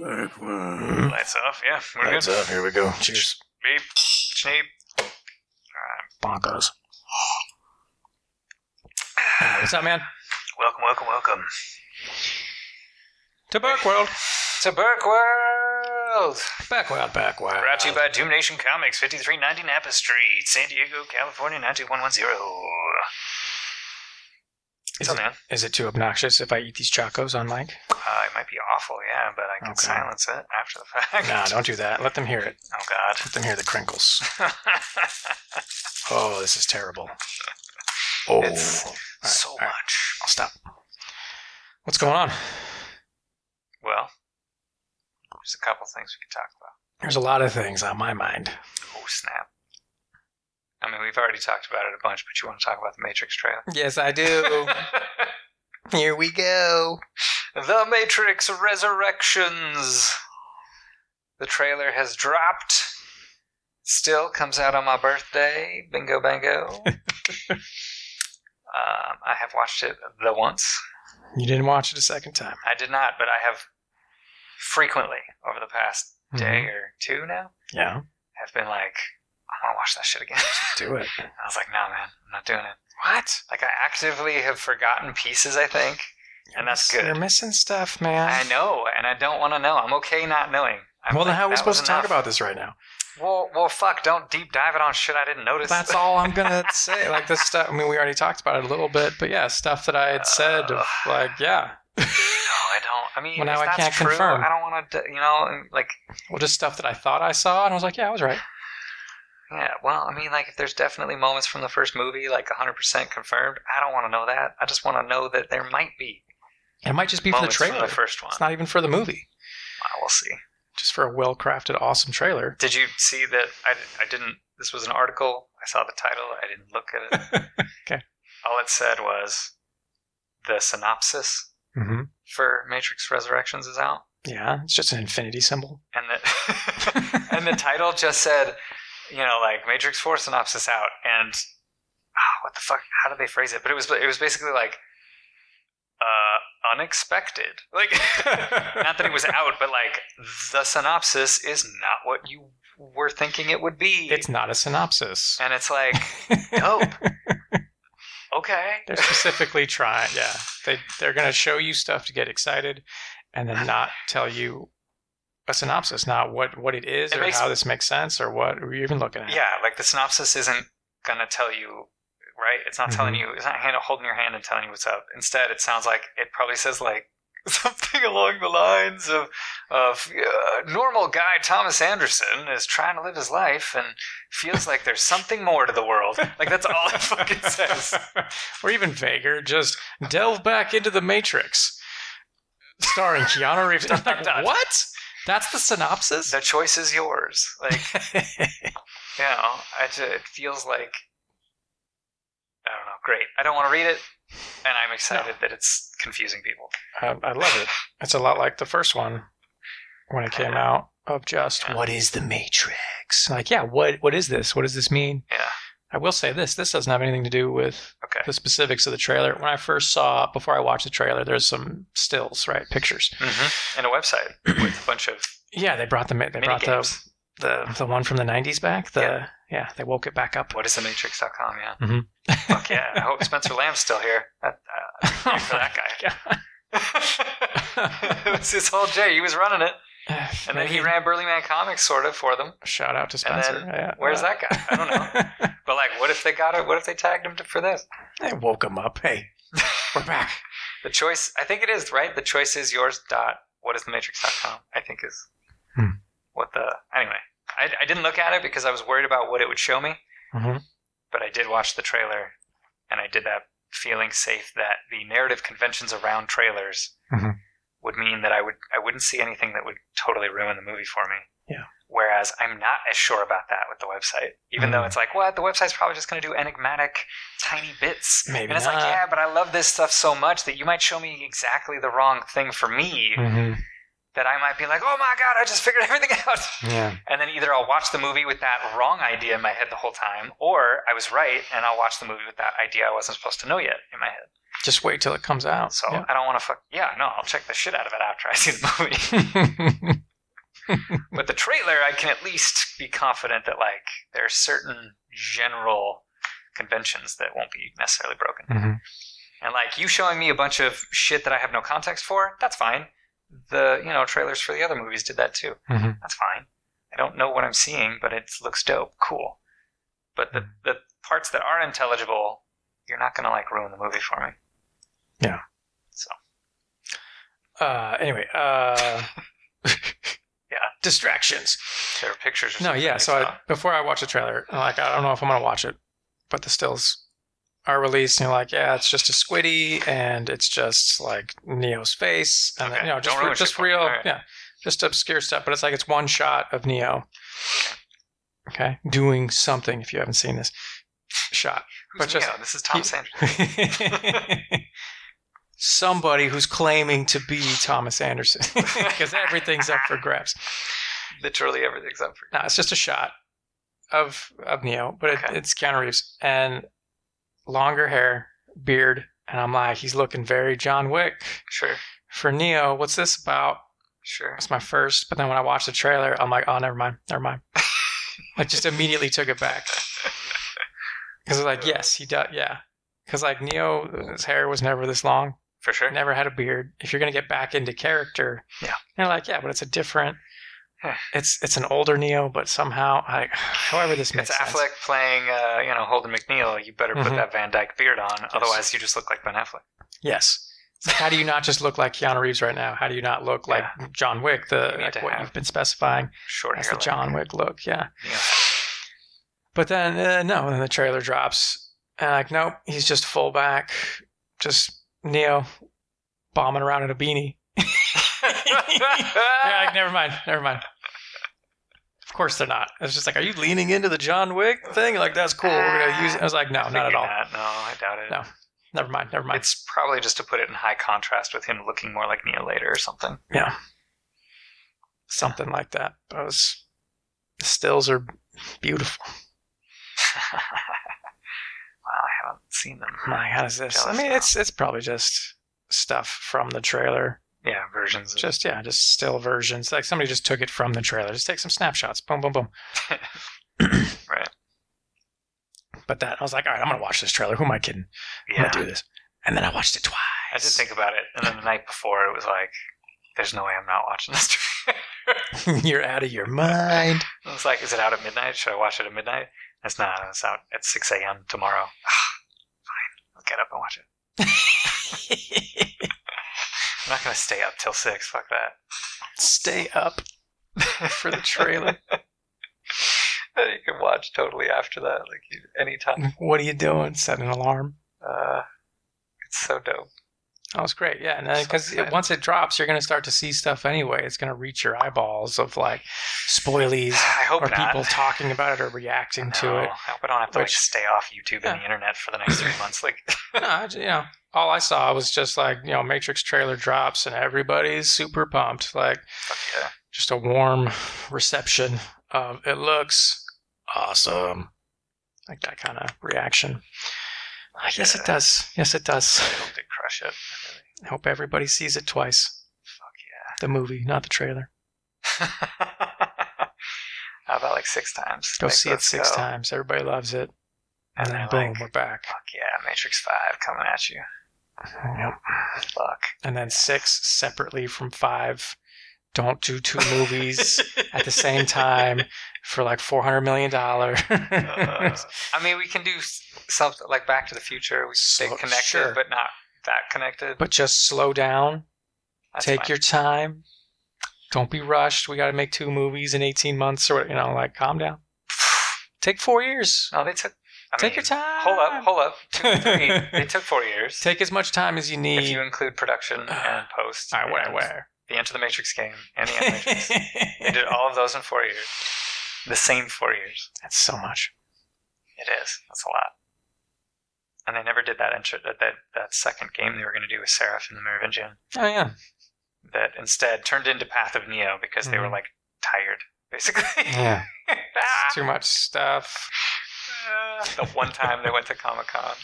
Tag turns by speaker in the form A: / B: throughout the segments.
A: Lights off. Yeah, we're
B: Lights
A: good.
B: up. Here we go. Cheers.
A: Beep, snape.
B: Bonkers.
C: What's up, man?
A: Welcome, welcome, welcome.
C: To Burke World.
A: To Burke World.
C: Back World, Back World.
A: Brought to you by Doom Nation Comics, 5390 Napa Street, San Diego, California, 92110.
C: Is
A: So, man,
C: it, is it too obnoxious if I eat these chacos on mic?
A: uh, it might be awful, yeah, but I can
C: Okay.
A: silence it after the fact.
C: Nah, don't do that. Let them hear it.
A: Oh, God.
C: Let them hear the crinkles. Oh, this is terrible. Oh,
A: It's
C: All right,
A: so
C: all right.
A: much.
C: I'll stop. What's going on?
A: Well, there's a couple things we could talk about.
C: There's a lot of things on my mind.
A: Oh, snap. I mean, we've already talked about it a bunch, but you want to talk about the Matrix trailer?
C: Yes, I do. Here we go.
A: The Matrix Resurrections. The trailer has dropped. Still comes out on my birthday. Bingo, bango. um, I have watched it the once.
C: You didn't watch it a second time.
A: I did not, but I have frequently over the past
C: Mm-hmm.
A: day or two now
C: Yeah,
A: have been like, I want to watch that shit again.
C: do it.
A: I was like, no, man, I'm not doing it.
C: What?
A: Like, I actively have forgotten pieces, I think, and that's good.
C: You're missing stuff, man.
A: I know, and I don't want to know. I'm okay not knowing. I'm
C: well, then
A: like,
C: how are we
A: that
C: supposed
A: was
C: to talk
A: enough.
C: about this right now?
A: Well, well, fuck! Don't deep dive it on shit I didn't notice.
C: That's all I'm gonna say. Like this stuff. I mean, we already talked about it a little bit, but yeah, stuff that I had said. Of, like, yeah,
A: no, I don't. I mean,
C: Well,
A: if
C: now I
A: that's
C: can't
A: true,
C: confirm.
A: I don't want to. You know, and, like,
C: well, just stuff that I thought I saw, and I was like, yeah, I was right.
A: yeah. Well, I mean, like, if there's definitely moments from the first movie, like 100% confirmed, I don't want to know that. I just want to know that there might be
C: It might just be for the
A: moments
C: trailer.
A: from the first one.
C: it's not even for the movie.
A: Well, we'll see.
C: Just for a well-crafted, awesome trailer.
A: Did you see that? I, I didn't. This was an article. I saw the title. I didn't look at it.
C: Okay.
A: All it said was the synopsis
C: Mm-hmm.
A: for Matrix Resurrections is out,
C: Yeah, it's just an infinity symbol.
A: and the and the title just said, you know, like Matrix Four synopsis out, and ah, what the fuck? How did they phrase it? But it was it was basically like uh, unexpected. Like, not that it was out, but like the synopsis is not what you were thinking it would be.
C: It's not a synopsis.
A: and it's like dope. okay.
C: They're specifically trying. Yeah, they they're going to show you stuff to get excited, and then not tell you a synopsis, not what what it is
A: It
C: or
A: makes-
C: how this makes sense or what we're even looking at.
A: Yeah, like the synopsis isn't gonna tell you, right? It's not telling you. It's not hand, holding your hand and telling you what's up. Instead, it sounds like it probably says like something along the lines of of uh, normal guy Thomas Anderson is trying to live his life and feels like there's something more to the world. Like that's all it fucking says.
C: or even vaguer, just delve back into the Matrix, starring Keanu Reeves. I'm like,
A: dot.
C: what? That's the synopsis.
A: The choice is yours. Like you know, I ju- it feels like I don't know. Great. I don't want to read it, and I'm excited that it's confusing people.
C: I, I love it. It's a lot like the first one when it came out of just
A: Yeah.
C: what is the Matrix? Like, yeah, what what is this? What does this mean?
A: Yeah.
C: I will say this: this doesn't have anything to do with
A: Okay.
C: the specifics of the trailer. When I first saw, before I watched the trailer, there's some stills, right, pictures.
A: Mm-hmm. And a website with a bunch of
C: Yeah, they brought the ma- they
A: mini
C: brought the,
A: games.
C: the the one from the '90s back. The yeah,
A: Yeah.
C: they woke it back up.
A: What is the Matrix.com? Yeah.
C: Mhm.
A: Fuck yeah. I hope Spencer Lamb's still here. That, uh, good for that guy. it was his whole J. He was running it. And then he
C: Maybe-
A: ran Burly Man Comics, sort of, for them.
C: Shout out to
A: And
C: Spencer.
A: then,
C: Yeah,
A: Where's
C: uh,
A: that guy? I don't know. But, like, what if they got it? What if they tagged him to, for this?
C: I woke him up. Hey, we're back.
A: The choice, I think it is, right? The choice is yours. Dot, what is the Matrix.com? I think is
C: Hmm.
A: what the. Anyway, I, I didn't look at it because I was worried about what it would show me.
C: hmm
A: but I did watch the trailer, and I did that feeling safe that the narrative conventions around trailers
C: Mhm.
A: would mean that I would I wouldn't see anything that would totally ruin the movie for me.
C: Yeah.
A: Whereas I'm not as sure about that with the website, even though
C: Mhm.
A: it's like, what the website's probably just going to do enigmatic, tiny bits.
C: Maybe
A: and it's like,
C: not.
A: yeah, but I love this stuff so much that you might show me exactly the wrong thing for me,
C: hmm
A: that I might be like, oh my God, I just figured everything out.
C: Yeah.
A: And then either I'll watch the movie with that wrong idea in my head the whole time, or I was right and I'll watch the movie with that idea I wasn't supposed to know yet in my head.
C: Just wait till it comes out.
A: So I don't want to fuck. Yeah, no, I'll check the shit out of it after I see the movie.
C: Yeah.
A: but the trailer, I can at least be confident that like there are certain general conventions that won't be necessarily broken.
C: Mhm.
A: And like you showing me a bunch of shit that I have no context for, that's fine. The you know trailers for the other movies did that too.
C: Mhm.
A: That's fine. I don't know what I'm seeing, but it looks dope, cool. But
C: Hmm.
A: the the parts that are intelligible, you're not gonna like ruin the movie for me.
C: uh, anyway. Uh,
A: Yeah.
C: Distractions.
A: There are pictures. Or
C: No,
A: something
C: yeah.
A: I
C: So
A: saw.
C: I, before I watch the trailer, I'm like, I don't know if I'm gonna watch it, but the stills are released, and you're like, yeah, it's just a squiddy, and it's just like Neo's face, and
A: Okay,
C: you know, just
A: don't ruin
C: re- just
A: shit for me.
C: real,
A: Alright.
C: yeah, just obscure stuff. But it's like it's one shot of Neo, okay, doing something. If you haven't seen this shot,
A: Who's
C: but just-
A: Neo? this is Tom
C: he-
A: Sanders.
C: somebody who's claiming to be Thomas Anderson, because everything's up for grabs.
A: Literally everything's up for
C: No, it's just a shot of of Neo, but it,
A: Okay.
C: it's Keanu Reeves and longer hair, beard, and I'm like, he's looking very John Wick
A: sure,
C: for Neo. What's this about?
A: sure.
C: That's my first. But then when I watched the trailer, I'm like, oh, never mind, never mind. I just immediately took it back because like, yes, he does, yeah. Because like Neo, his hair was never this long,
A: For sure.
C: never had a beard. If you're gonna get back into character,
A: Yeah.
C: you're like, yeah, but it's a different.
A: Huh.
C: It's it's an older Neo, but somehow, I, however this makes
A: It's
C: sense.
A: Affleck playing, uh, you know, Holden McNeil. You better put
C: Mhm.
A: that Van Dyke beard on, otherwise you just look like Ben Affleck.
C: Yes. It's like, how do you not just look like Keanu Reeves right now? How do you not look like John Wick? The
A: You need
C: like
A: to
C: what
A: have
C: you've been specifying
A: Short
C: as
A: hair.
C: the John Wick look, yeah.
A: Neo.
C: But then uh, no, then the trailer drops, and like nope, he's just fullback, just Neo bombing around in a beanie. Yeah, like, never mind, never mind. Of course they're not. It's just like, are you leaning into the John Wick thing? Like that's cool. We're gonna use. It. I was like, no, not at all.
A: Not. No, I doubt it.
C: No, Never mind, never mind.
A: It's probably just to put it in high contrast with him looking more like Neo later or something.
C: something like that. But it was, the stills are beautiful.
A: wow, I haven't seen them.
C: My God, is this? I
A: Jealous
C: mean,
A: now.
C: it's it's probably just stuff from the trailer.
A: Yeah, versions. Of,
C: Just yeah, just still versions. Like somebody just took it from the trailer. Just take some snapshots. Boom, boom, boom.
A: Right.
C: But that I was like, all right, I'm gonna watch this trailer. Who am I kidding? I'm
A: yeah,
C: gonna do this. And then I watched it twice.
A: I did think about it, and then the night before it was like, "There's no way I'm not watching this."
C: You're out of your mind.
A: I was like, is it out at midnight? Should I watch it at midnight? It's not. It's out at 6 a.m. tomorrow. Ah, Fine. I'll get up and watch it. I'm not going to stay up till 6. Fuck that.
C: Stay up for the trailer.
A: Uh, you can watch totally after that, like you, anytime.
C: what are you doing? Set an alarm.
A: Uh, it's so dope.
C: That was great. Yeah.
A: So
C: And because
A: excited.
C: once it drops, you're going to start to see stuff anyway. It's going to reach your eyeballs of like spoilies
A: I hope
C: or
A: not.
C: people talking about it or reacting
A: No,
C: to it.
A: I hope I don't have to like,
C: Which-
A: stay off YouTube
C: Yeah.
A: and the internet for the next three months. Like,
C: No, I j- you know, all I saw was just like, you know, Matrix trailer drops and everybody's super pumped. Like,
A: fuck yeah.
C: just a warm reception of it looks awesome. Like that kind of reaction. Like, yes,
A: Yeah.
C: it does. Yes, it does.
A: I hope they crush it.
C: I hope everybody sees it twice.
A: Fuck
C: The movie, not the trailer.
A: yeah. How about like six times?
C: Go
A: Like,
C: see it
A: let's
C: six
A: go.
C: times. Everybody loves it.
A: And
C: And then
A: they're
C: boom,
A: like-
C: we're back.
A: Fuck yeah, Matrix 5 coming at you. Fuck.
C: And then six separately from five. Don't do two movies at the same time for like four hundred million dollars.
A: Uh, I mean, we can do s- something like Back to the Future. We can stay
C: So-
A: connected,
C: sure.
A: but not that connected.
C: but just slow down.
A: That's
C: take
A: fine.
C: your time. Don't be rushed. We got to make two movies in eighteen months or what? You know, like calm down. Take four years.
A: No, they took. I
C: Take
A: mean,
C: your time.
A: Hold up, hold up. Two, three. they took four years.
C: Take as much time as you need.
A: if you include production and post,
C: all right,
A: and
C: whatever. whatever.
A: the Enter the Matrix game and the Animatrix, they did all of those in four years. The same four years.
C: That's so much.
A: It is. That's a lot. And they never did that intro, that, that that second game they were going to do with Seraph and the Merovingian.
C: Oh yeah.
A: that instead turned into Path of Neo because they were
C: Mhm.
A: like tired, basically.
C: Yeah.
A: Ah!
C: Too much stuff.
A: Uh, the one time they went to Comic Con,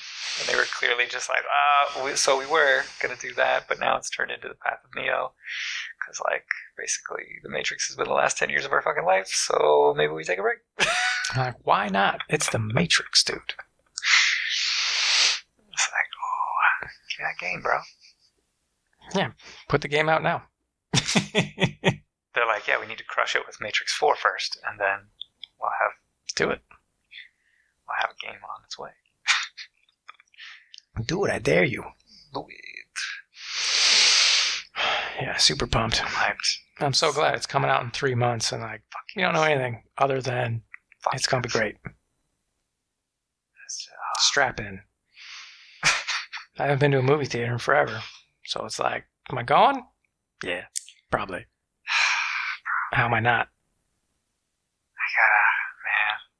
A: and they were clearly just like, ah, we, so we were gonna do that, but now it's turned into the Path of Neo, because like basically the Matrix has been the last ten years of our fucking life, so maybe we take a break.
C: I'm like, why not? It's the Matrix, dude.
A: It's like, oh, give me that game, bro.
C: Put the game out now.
A: They're like, yeah, we need to crush it with Matrix Four first, and then we'll have
C: Do it.
A: we'll have a game on its way.
C: Do it. I dare you.
A: Louis,
C: Yeah, super pumped.
A: hyped.
C: I'm so glad it's coming out in three months, and like, fuck, you don't know anything other than
A: Fuck.
C: it's gonna be great.
A: It's,
C: Strap in. I haven't been to a movie theater in forever, so it's like, am I going? Yeah, probably. How am I not?
A: I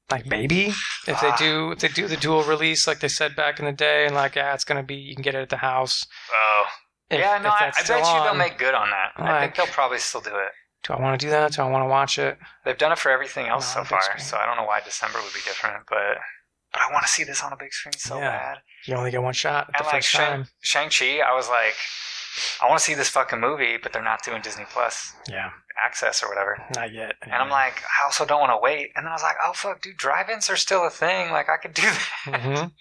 A: gotta, man.
C: Like maybe if they do if they do the dual release like they said back in the day, and like, yeah, it's gonna be you can get it at the house.
A: Oh,
C: If-
A: yeah, no,
C: if
A: I,
C: that's
A: I
C: still
A: bet you they'll
C: on,
A: make good on that. I
C: Like-
A: think they'll probably still do it.
C: Do I want to do that? Do I want to watch it?
A: They've done it for everything else
C: No,
A: so
C: on
A: far,
C: big screen.
A: so I don't know why December would be different, but but I want to see this on a big screen so
C: Yeah.
A: bad.
C: You only get one shot
A: And
C: at the
A: like
C: first
A: Shang
C: time.
A: Shang Chi, I was like, I want to see this fucking movie, but they're not doing Disney Plus
C: Yeah,
A: access or whatever.
C: not yet.
A: And I'm like, I also don't want to wait. And then I was like, oh fuck, dude, drive-ins are still a thing. Like I could do that.
C: Mhm.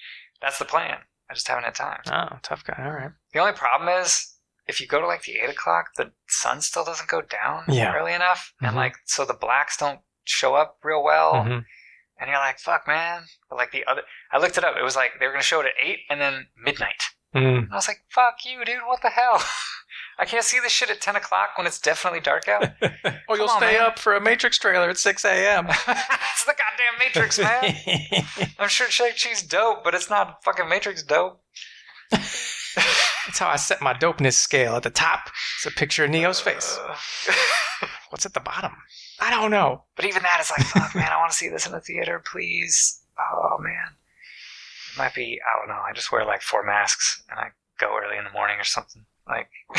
A: That's the plan. I just haven't had time.
C: oh, tough guy. All right.
A: The only problem is if you go to like the eight o'clock, the sun still doesn't go down
C: Yeah.
A: early enough, and
C: Mhm.
A: like so the blacks don't show up real well.
C: Mhm.
A: And you're like, fuck, man. But like the other, I looked it up. It was like they were going to show it at 8 and then midnight.
C: Mm.
A: And I was like, fuck you, dude. What the hell? I can't see this shit at 10 o'clock when it's definitely dark out.
C: Oh, you'll
A: on,
C: stay
A: man.
C: up for a Matrix trailer at 6 a.m.
A: it's the goddamn Matrix, man. I'm sure Shang-Chi's dope, but it's not fucking Matrix dope.
C: That's how I set my dopeness scale. At the top, it's a picture of Neo's face.
A: Ugh.
C: What's at the bottom? I don't know.
A: Uh, but even that is like, fuck, man. I want to see this in the theater, please. Oh, man. It might be, I don't know. I just wear like four masks and I go early in the morning or something. Like, I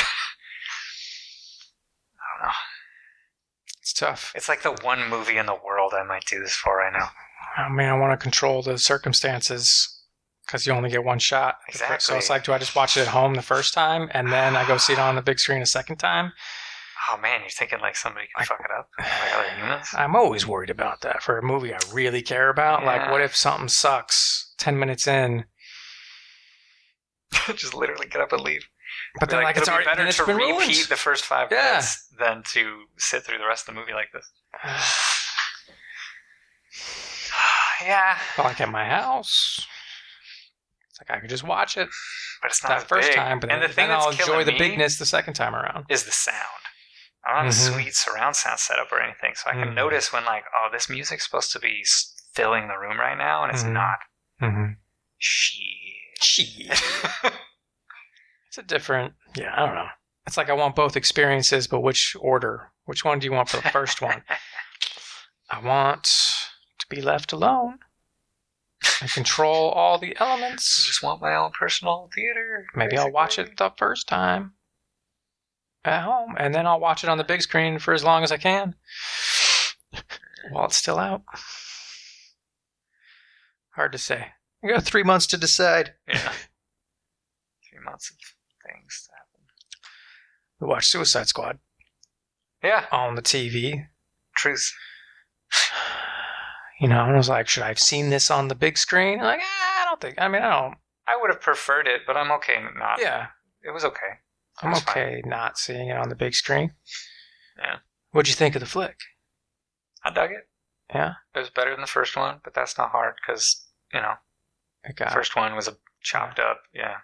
A: don't know.
C: It's tough.
A: It's like the one movie in the world I might do this for right now.
C: I mean, Oh, I want to control the circumstances because you only get one shot. at the first- So
A: Exactly.
C: it's like, do I just watch it at home the first time and then I go see it on the big screen a second time?
A: Oh man, you're thinking like somebody can
C: I-
A: fuck it up, like other humans.
C: I'm always worried about that for a movie I really care about. Like,
A: Yeah.
C: what if something sucks 10 minutes in?
A: Just literally get up and leave.
C: But
A: Be
C: then, like, it's
A: it'll
C: already
A: be better
C: then it's
A: to
C: been
A: repeat
C: ruined.
A: the first five
C: Yeah.
A: minutes than to sit through the rest of the movie like this. yeah,
C: But, like at my house. It's like I could just watch it
A: but it's not
C: that
A: as
C: first
A: big.
C: time, but
A: and
C: then,
A: the thing
C: then
A: that's
C: I'll enjoy
A: killing
C: the
A: me
C: bigness the second time around.
A: is the sound. I don't have
C: Mhm.
A: a sweet surround sound setup or anything, so I can
C: Mm.
A: notice when like, oh, this music's supposed to be s- filling the room right now, and it's
C: Mhm.
A: not.
C: Mm-hmm.
A: Shit.
C: It's a different. Yeah, I don't know. It's like I want both experiences, but which order? Which one do you want for the first one? I want to be left alone and control all the
A: I
C: elements.
A: just want my own personal theater.
C: Maybe I'll watch
A: basically.
C: it the first time at home, and then I'll watch it on the big screen for as long as I can while it's still out. Hard to say. You got three months to decide.
A: Yeah. Three months of things.
C: We watched Suicide Squad
A: Yeah,
C: on the TV.
A: truth.
C: You know, and I was like, should I have seen this on the big screen? Like, ah, I don't think. I mean, I don't.
A: I would have preferred it, but I'm okay not.
C: Yeah,
A: It was okay.
C: I'm
A: That's fine.
C: okay not seeing it on the big screen.
A: Yeah.
C: What'd you think of the flick?
A: I dug it.
C: Yeah.
A: It was better than the first one, but that's not hard because, you know,
C: It got
A: first one was a chopped up. Yeah.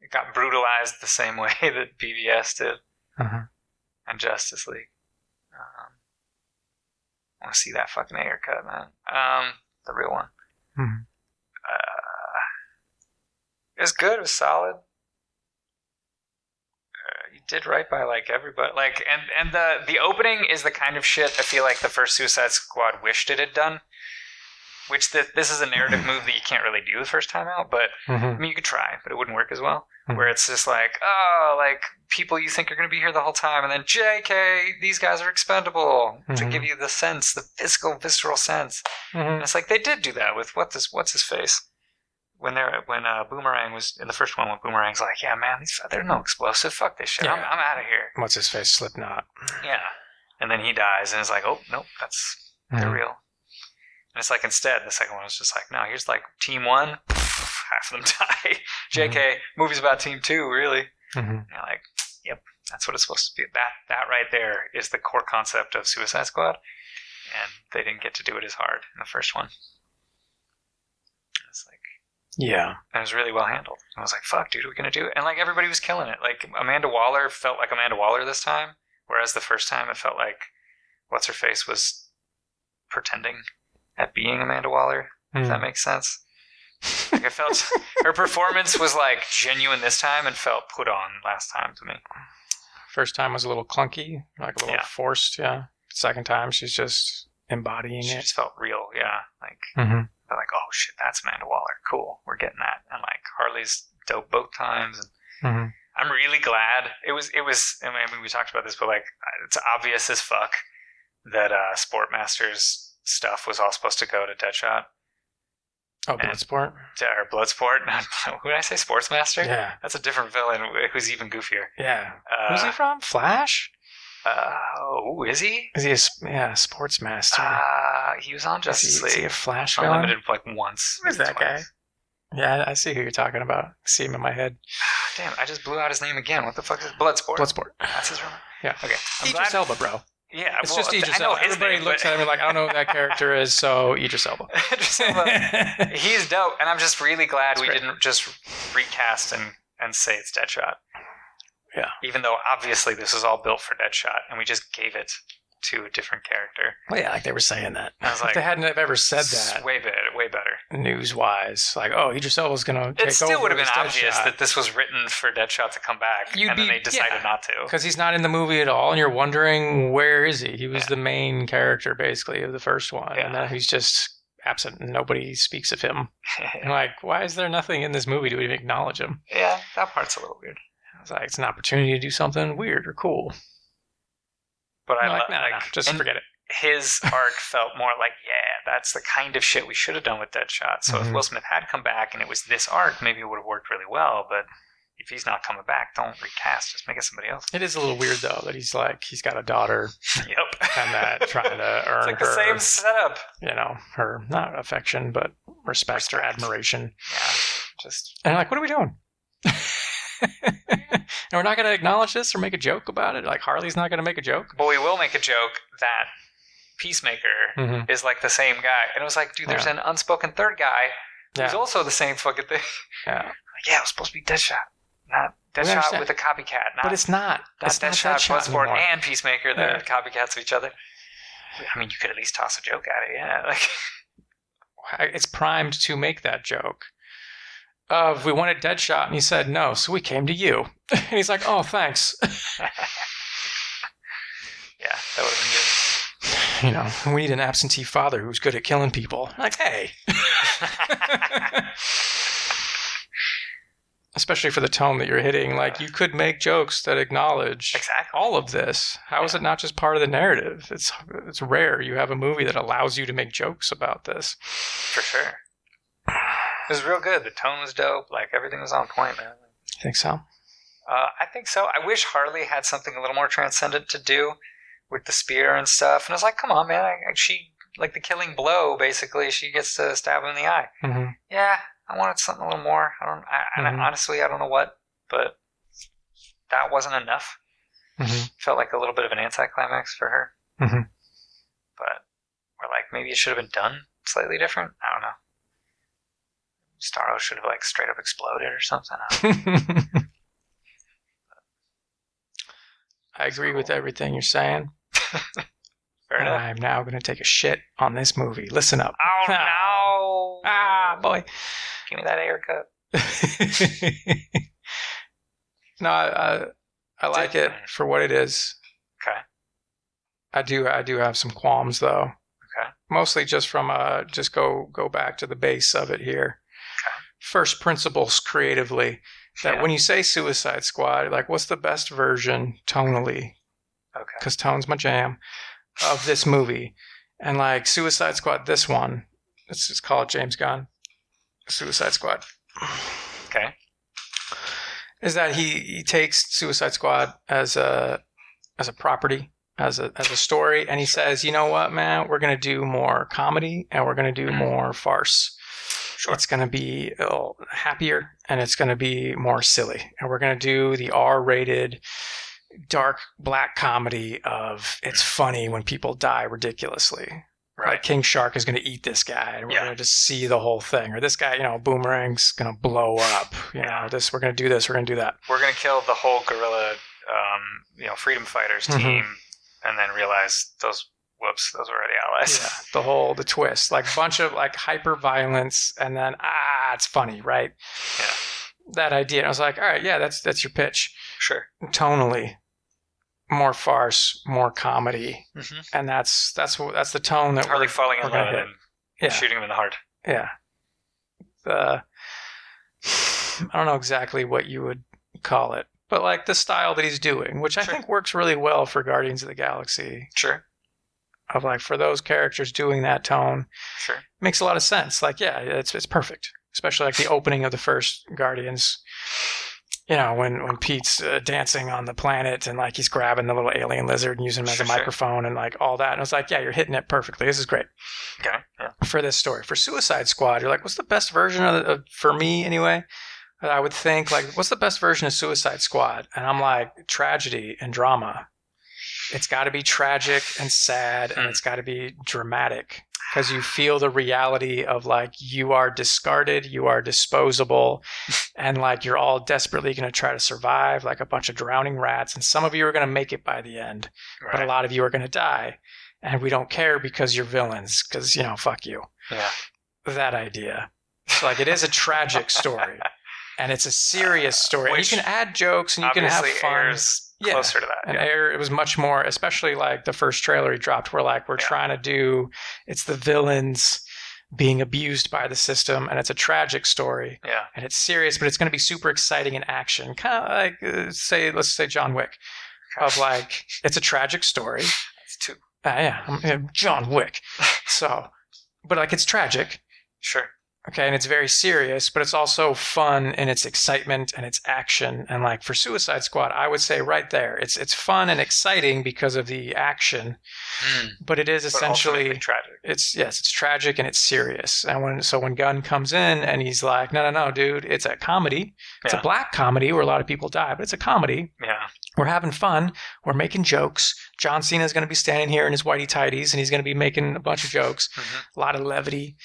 A: It got brutalized the same way that BVS did
C: Uh-huh.
A: and Justice League. Um, I want to see that fucking haircut, man. Um, the real one.
C: Mhm.
A: Uh, it was good. It was solid. Uh, you did right by like everybody. Like, and and the the opening is the kind of shit I feel like the first Suicide Squad wished it had done. which th- this is a narrative move that you can't really do the first time out, but I
C: Mm-hmm.
A: mean, you could try, but it wouldn't work as well.
C: Mhm.
A: Where it's just like, oh, like people you think are going to be here the whole time, and then JK, these guys are expendable to
C: Mhm.
A: give you the sense, the physical, visceral sense.
C: Mm-hmm.
A: And it's like they did do that with what this, what's his face, when they're when uh, Boomerang was in the first one. When Boomerang's like, yeah, man, these they're no explosive. Fuck this shit. I'm,
C: Yeah.
A: I'm out of here.
C: What's his face? Slipknot.
A: Yeah. And then he dies, and it's like, oh nope, that's
C: Mm-hmm.
A: they're real. And it's like instead, the second one was just like, no, here's like team one, half of them die. JK, movie's about team two, really.
C: Mhm.
A: And you're like, yep, that's what it's supposed to be. That that right there is the core concept of Suicide Squad, and they didn't get to do it as hard in the first one. It's like
C: Yeah.
A: that was really well handled. I was like, fuck, dude, we're gonna do it. And like everybody was killing it. Like Amanda Waller felt like Amanda Waller this time, whereas the first time it felt like what's her face was pretending at being Amanda Waller.
C: Mm-hmm.
A: If
C: Hmm.
A: that makes sense. Like it felt her performance was like genuine this time and felt put on last time to me.
C: First time was a little clunky, like a little
A: Yeah.
C: forced. Yeah. Second time, she's just embodying
A: She
C: it.
A: just felt real, yeah. Like
C: Mhm.
A: they're like, oh shit, that's Amanda Waller. Cool, we're getting that. And like Harley's dope both times, and
C: Mhm.
A: I'm really glad it was. It was. I mean, we talked about this, but like, it's obvious as fuck that uh, Sportmaster's stuff was all supposed to go to Deadshot
C: Oh, Bloodsport.
A: to, or Bloodsport. Who did I say? Sportsmaster.
C: Yeah.
A: That's a different villain who's even goofier.
C: Yeah.
A: Uh,
C: Who's he from? Flash?
A: uh, oh, is he?
C: Is he a s- yeah sports master?
A: Uh, he was on
C: is, he,
A: Justice
C: is he
A: League.
C: a Flash villain?
A: Unlimited like once.
C: Who's
A: maybe
C: that
A: twice.
C: guy? Yeah, I I see who you're talking about. I see him in my head.
A: Damn, I just blew out his name again. What the fuck is Bloodsport?
C: Bloodsport.
A: That's his real name.
C: Yeah.
A: Okay. I'm glad-
C: Idris Elba, bro.
A: Yeah.
C: It's
A: well,
C: just Idris
A: I know
C: Elba.
A: his
C: Everybody
A: name,
C: looks
A: but-
C: at him and like, I don't know who that character is, so Idris Elba.
A: Idris Elba. He's dope, and I'm just really glad
C: That's
A: we
C: great.
A: didn't just recast and and say it's Deadshot.
C: Yeah.
A: Even though obviously this is all built for Deadshot, and we just gave it to a different character.
C: well, yeah, like they were saying that.
A: I was
C: if
A: like,
C: they hadn't have ever said
A: "It's
C: that
A: way better, way better.
C: news wise, like, oh, Idris Elba's gonna take
A: It still
C: over
A: would have been
C: as
A: obvious
C: Deadshot.
A: that this was written for Deadshot to come back,
C: You'd
A: and then
C: be-
A: they decided
C: yeah.
A: not to.
C: because he's not in the movie at all, and you're
A: Mm.
C: wondering where is he? He was the main character basically of the first one, and
A: Yeah.
C: now he's just absent. and Nobody speaks of him. And like, why is there nothing in this movie to even acknowledge him?
A: yeah, that part's a little weird.
C: I was like, it's an opportunity to do something weird or cool.
A: But I
C: I'm
A: like,
C: like, no, no, no,
A: like
C: just
A: and
C: forget it.
A: his arc felt more like, yeah, that's the kind of shit we should have done with Deadshot. So if
C: Mhm.
A: Will Smith had come back and it was this arc, maybe it would have worked really well. But if he's not coming back, don't recast. Just make it somebody else.
C: It is a little weird though that he's like he's got a daughter
A: yep.
C: and that trying to earn
A: it's like
C: her,
A: the same setup.
C: you know, her not affection but respect, or
A: Respect.
C: admiration.
A: Yeah. Just
C: And I'm like, what are we doing? and we're not going to acknowledge this or make a joke about it. Like Harley's not going to make a joke.
A: but we will make a joke that Peacemaker
C: Mm-hmm.
A: is like the same guy, and it was like, dude, there's an unspoken third guy who's
C: Yeah,
A: also the same fucking thing.
C: yeah.
A: Like, yeah, it was supposed to be Deadshot, not Deadshot
C: understand.
A: with a copycat, not
C: but it's not.
A: Not
C: it's not
A: Deadshot,
C: that shot
A: Bloodsport,
C: anymore.
A: and Peacemaker. They're
C: Yeah.
A: copycats of each other. I mean, you could at least toss a joke at it, yeah. Like,
C: I- it's primed to make that joke of we wanted Deadshot, and he said no, so we came to you. and he's like, oh, thanks.
A: yeah, that would have been good.
C: you know, we need an absentee father who's good at killing people. Like, hey. Especially for the tone that you're hitting, like you could make jokes that acknowledge
A: Exactly.
C: all of this. How is it not just part of the narrative? It's it's rare you have a movie that allows you to make jokes about this.
A: For sure. It was real good. The tone was dope. Like, everything was on point, man.
C: You think so?
A: Uh, I think so. I wish Harley had something a little more transcendent to do with the spear and stuff. And I was like, come on, man. I, I- she, like, the killing blow, basically, she gets to stab him in the eye.
C: hmm
A: yeah, I wanted something a little more. I don't. I, and I-
C: Mhm.
A: honestly, I don't know what, but that wasn't enough.
C: Mhm.
A: Felt like a little bit of an anticlimax for her.
C: Mhm.
A: But we're like, maybe it should have been done slightly different. I don't know. Starro should have like straight up exploded or something. I don't
C: I agree with everything you're saying.
A: know. Fair
C: and
A: enough.
C: I'm now going to take a shit on this movie. Listen up.
A: Oh no!
C: Ah, boy.
A: Give me that air cup.
C: no, I, I, I like it for what it is.
A: Okay.
C: I do. I do have some qualms though.
A: Okay.
C: mostly just from uh just go go back to the base of it here. First principles creatively. That
A: Yeah.
C: when you say Suicide Squad, like what's the best version tonally?
A: Okay.
C: Because tone's my jam of this movie, and like Suicide Squad, this one. Let's just call it James Gunn. Suicide Squad.
A: Okay.
C: is that he, he takes Suicide Squad as a as a property, as a as a story, and he says, you know what, man, we're gonna do more comedy and we're gonna do more farce.
A: Mm-hmm. Sure.
C: It's gonna be a little happier and it's gonna be more silly, and we're gonna do the R-rated dark black comedy of it's funny when people die ridiculously. Like
A: Mm-hmm. Right.
C: King Shark is going to eat this guy, and we're
A: Yeah.
C: going to just see the whole thing. Or this guy, you know, boomerang's going to blow up. You know,
A: Yeah.
C: this we're going to do this, we're going to do that.
A: We're gonna kill the whole guerrilla, um, you know, freedom fighters
C: Mhm.
A: team, and then realize those whoops, those were already allies.
C: yeah, the whole the twist, like bunch of like hyper violence, and then ah, it's funny, right?
A: Yeah.
C: That idea, and I was like, all right, yeah, that's that's your pitch.
A: Sure.
C: Tonally, more farce, more comedy,
A: Mm-hmm.
C: and that's that's what that's the tone that
A: Harley
C: we're
A: falling in
C: we're gonna
A: love
C: hit.
A: and
C: Yeah.
A: shooting him in the heart.
C: yeah. The I don't know exactly what you would call it, but like the style that he's doing, which I
A: Sure.
C: think works really well for Guardians of the Galaxy,
A: Sure.
C: of like for those characters doing that tone.
A: Sure.
C: makes a lot of sense. Like, yeah, it's it's perfect. Especially like the opening of the first Guardians. You know, when when Pete's uh, dancing on the planet and like he's grabbing the little alien lizard and using him as
A: Sure,
C: a
A: sure.
C: microphone and like all that, and I was like, yeah, you're hitting it perfectly. This is great
A: Okay. Yeah.
C: for this story. For Suicide Squad, you're like, what's the best version of, of for me anyway? That I would think like, what's the best version of Suicide Squad? And I'm like, tragedy and drama. It's got to be tragic and sad, and
A: Hmm.
C: it's got to be dramatic because you feel the reality of like you are discarded, you are disposable, and like you're all desperately going to try to survive, like a bunch of drowning rats, and some of you are going to make it by the end but a
A: Right.
C: lot of you are going to die and we don't care because you're villains because you know fuck you
A: Yeah.
C: that idea so like it is a tragic story and it's a serious story and
A: Uh, which
C: you can add jokes and you can have
A: Obviously,
C: fun
A: airs
C: Yeah.
A: closer to that.
C: and
A: Yeah.
C: air it was much more especially like the first trailer he dropped where like we're
A: Yeah.
C: trying to do it's the villains being abused by the system and it's a tragic story
A: yeah.
C: and it's serious, but it's going to be super exciting in action. Kind of like uh, say, let's say John Wick, of like it's a tragic story.
A: It's too
C: Uh, yeah, I'm, I'm John Wick. So, but like it's tragic,
A: sure.
C: okay, and it's very serious, but it's also fun and its excitement and its action. And like for Suicide Squad, I would say right there, it's it's fun and exciting because of the action, but it is
A: But
C: Hmm, essentially
A: ultimately tragic.
C: it's yes, it's tragic and it's serious. And when so when Gunn comes in and he's like, no, no, no, dude, it's a comedy. It's
A: Yeah.
C: a black comedy where a lot of people die, but it's a comedy.
A: Yeah.
C: We're having fun. We're making jokes. John Cena is going to be standing here in his whitey tighties and he's going to be making a bunch of jokes,
A: Mhm.
C: a lot of levity.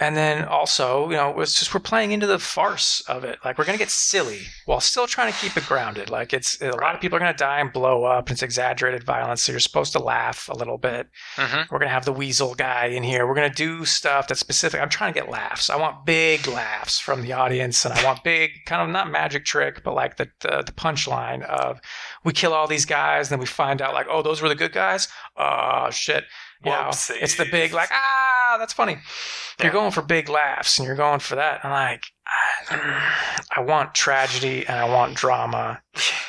C: And then also, you know, it's just we're playing into the farce of it. Like we're going to get silly while still trying to keep it grounded. Like it's a lot of people are going to die and blow up. And it's exaggerated violence, so you're supposed to laugh a little bit.
A: Mhm.
C: We're gonna have the weasel guy in here. We're gonna do stuff that's specific. I'm trying to get laughs. I want big laughs from the audience, and I want big kind of not magic trick, but like the the, the punchline of we kill all these guys, and then we find out like, oh, those were the good guys. Oh shit! Yeah,
A: Whoopsies.
C: it's the big like ah, that's funny.
A: Yeah.
C: You're going for big laughs, and you're going for that. And like, I, I want tragedy, and I want drama.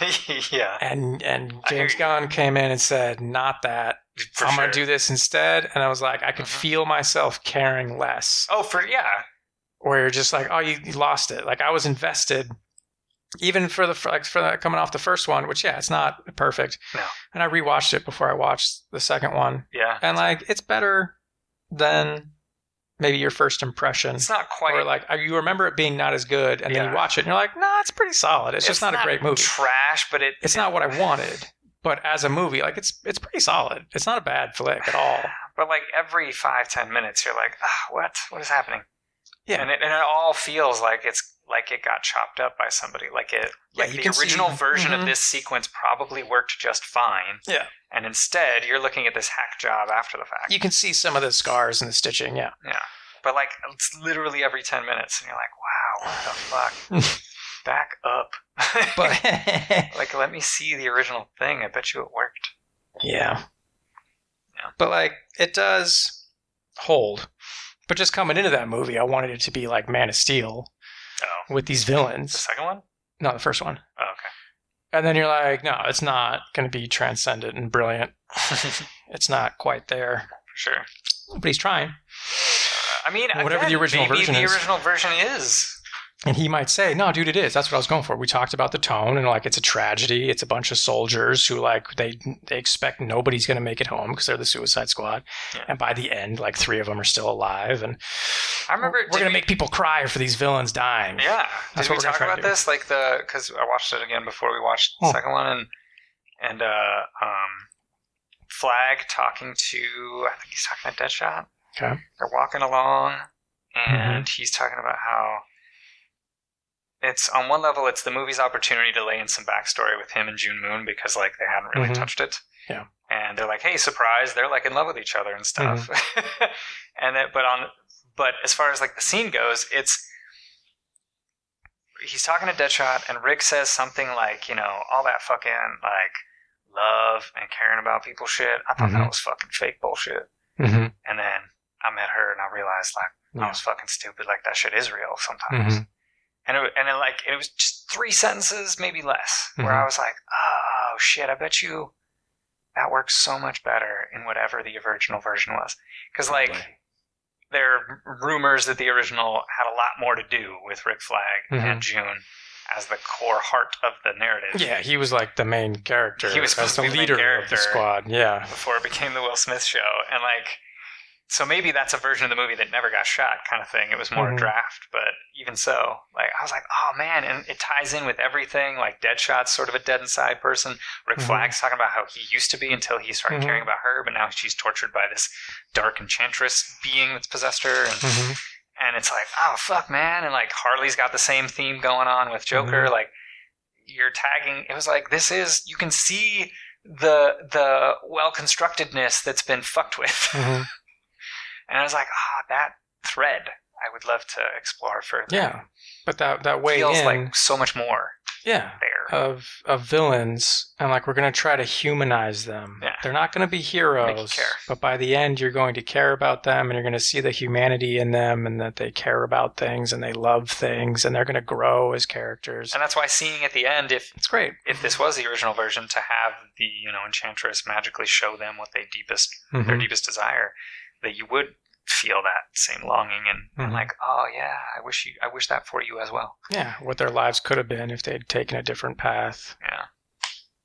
A: yeah.
C: And and
A: I hear
C: James
A: you.
C: Gunn came in and said, not that.
A: For
C: I'm
A: sure.
C: gonna do this instead. And I was like, I could
A: Mhm.
C: feel myself caring less.
A: Oh, for yeah.
C: Where you're just like, oh, you, you lost it. Like I was invested, even for the for, like for the, coming off the first one, which yeah, it's not perfect.
A: No.
C: And I rewatched it before I watched the second one,
A: Yeah.
C: and like it's better than maybe your first impression.
A: It's not quite
C: Or like uh, you remember it being not as good, and then
A: Yeah.
C: you watch it and you're like, nah, it's pretty solid. It's, just not, a great movie.
A: Trash, but it
C: it's not what I wanted, but as a movie, like it's it's pretty solid. It's not a bad flick at all.
A: But like every five ten minutes, you're like, ah, what? What is happening?
C: Yeah.
A: and it, and it all feels like it's like it got chopped up by somebody. Like it,
C: Yeah,
A: like
C: you
A: the
C: can see-
A: original version
C: Mhm.
A: of this sequence probably worked just fine.
C: Yeah.
A: and instead you're looking at this hack job after the fact.
C: you can see some of the scars and the stitching. Yeah,
A: but like it's literally every ten minutes, and you're like, wow, what the fuck? Back up.
C: but
A: like, let me see the original thing. I bet you it worked.
C: yeah.
A: Yeah.
C: but like it does. hold. But just coming into that movie, I wanted it to be like Man of Steel
A: Oh,
C: with these
A: the
C: villains.
A: second one?
C: No, the first one.
A: Oh, okay.
C: And then you're like, no, it's not going to be transcendent and brilliant.
A: For
C: It's not quite there.
A: sure.
C: But he's trying.
A: I mean,
C: Whatever
A: again,
C: the original
A: maybe
C: version
A: the
C: is.
A: original version is.
C: And he might say, no, dude, it is. That's what I was going for. We talked about the tone and like it's a tragedy. It's a bunch of soldiers who like they they expect nobody's going to make it home because they're the Suicide Squad.
A: Yeah.
C: And by the end, like three of them are still alive. And
A: I remember.
C: we're
A: did
C: going to
A: we-
C: make people cry for these villains dying.
A: Yeah.
C: That's
A: Did we
C: what we're gonna
A: talk
C: try to
A: about
C: do.
A: this? Like the because I watched it again before we watched the
C: Hmm.
A: second one, and and uh, um, Flag talking to I think he's talking to Deadshot.
C: Okay. Mm-hmm.
A: They're walking along, and he's talking about how it's on one level it's the movie's opportunity to lay in some backstory with him and June Moon because like they hadn't really
C: Mhm.
A: touched it.
C: Yeah.
A: And they're like, hey, surprise! They're like in love with each other and stuff.
C: Mm-hmm.
A: and it, but on but as far as like the scene goes, it's he's talking to Deadshot, and Rick says something like, you know, all that fucking like love and caring about people shit. I thought
C: Mhm.
A: that was fucking fake bullshit.
C: Mm-hmm.
A: And then I met her, and I realized like I
C: Yeah.
A: was fucking stupid. Like that shit is real sometimes.
C: Mhm.
A: And it, and it, like it was just three sentences, maybe less, where
C: Mhm.
A: I was like, oh shit, I bet you that works so much better in whatever the original version was, because like
C: Probably.
A: there are rumors that the original had a lot more to do with Rick Flag
C: Mm-hmm.
A: and June as the core heart of the narrative.
C: Yeah, he was like the main character.
A: He was
C: as
A: supposed
C: the
A: to be the main
C: leader of
A: character.
C: the squad. Yeah.
A: Before it became the Will Smith show, and like, so maybe that's a version of the movie that never got shot, kind of thing. It was more
C: Mhm.
A: a draft, but even so, like, I was like, oh man, and it ties in with everything. Like, Deadshot's sort of a dead inside person. Rick
C: Mhm.
A: Flag's talking about how he used to be until he started
C: Mhm.
A: caring about her, but now she's tortured by this dark enchantress being that's possessed her. And
C: Mhm.
A: and it's like, oh fuck, man, and like Harley's got the same theme going on with Joker.
C: Mm-hmm.
A: Like you're tagging. It was like this is you can see the the well constructedness that's been fucked with,
C: Mhm.
A: and I was like, ah, that thread I would love to explore further.
C: Yeah. But that that way
A: feels
C: in, Uh,
A: like so much more
C: yeah,
A: there.
C: of of villains, and like we're gonna try to humanize them.
A: Yeah.
C: They're not gonna be heroes,
A: care.
C: but by the end, you're going to care about them, and you're gonna see the humanity in them, and that they care about things, and they love things, and they're gonna grow as characters.
A: and that's why seeing at the end, if
C: It's great.
A: if this was the original version, to have the you know enchantress magically show them what they deepest their
C: Mhm.
A: deepest desire, that you would feel that same longing and, and
C: Mhm.
A: like, oh yeah, I wish you, I wish that for you as well.
C: Yeah, what their lives could have been if they'd taken a different path.
A: Yeah.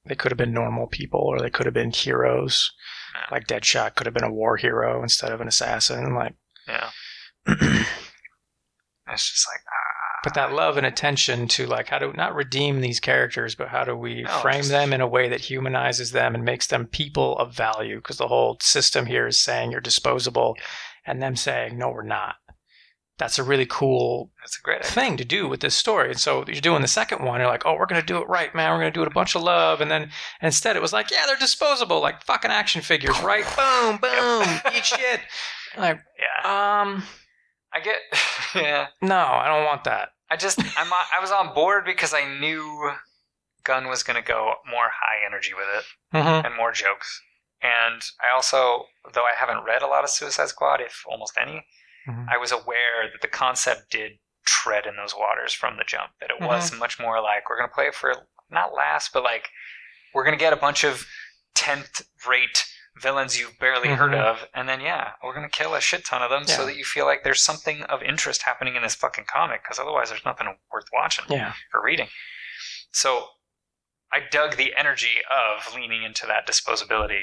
C: They could have been normal people or they could have been heroes.
A: Yeah.
C: Like Deadshot could have been a war hero instead of an assassin. Like
A: Yeah, it's just like ah,
C: but that love and attention to like how to not redeem these characters, but how do we
A: No,
C: frame
A: just-
C: them in a way that humanizes them and makes them people of value? Because the whole system here is saying you're disposable
A: Yeah.
C: and them saying, No, we're not. That's a really cool
A: that's a great idea.
C: thing to do with this story. And so you're doing the second one, you're like, oh, we're gonna do it right, man. We're gonna do it a bunch of love, and then and instead it was like, yeah, they're disposable, like fucking action figures, right? Boom, boom, eat shit. Like,
A: Yeah,
C: um,
A: I get. yeah,
C: no, I don't want that.
A: I just I'm on, I was on board because I knew Gunn was gonna go more high energy with it
C: Mm-hmm.
A: and more jokes. And I also, though I haven't read a lot of Suicide Squad, if almost any,
C: Mhm.
A: I was aware that the concept did tread in those waters from the jump. That it was
C: Mm-hmm.
A: much more like we're going to play it for not last, but like we're going to get a bunch of tenth-rate villains you've barely heard
C: Mhm.
A: of, and then yeah, we're going to kill a shit ton of them so
C: Yeah.
A: that you feel like there's something of interest happening in this fucking comic. Because otherwise, there's nothing worth watching
C: Yeah,
A: for reading. So I dug the energy of leaning into that disposability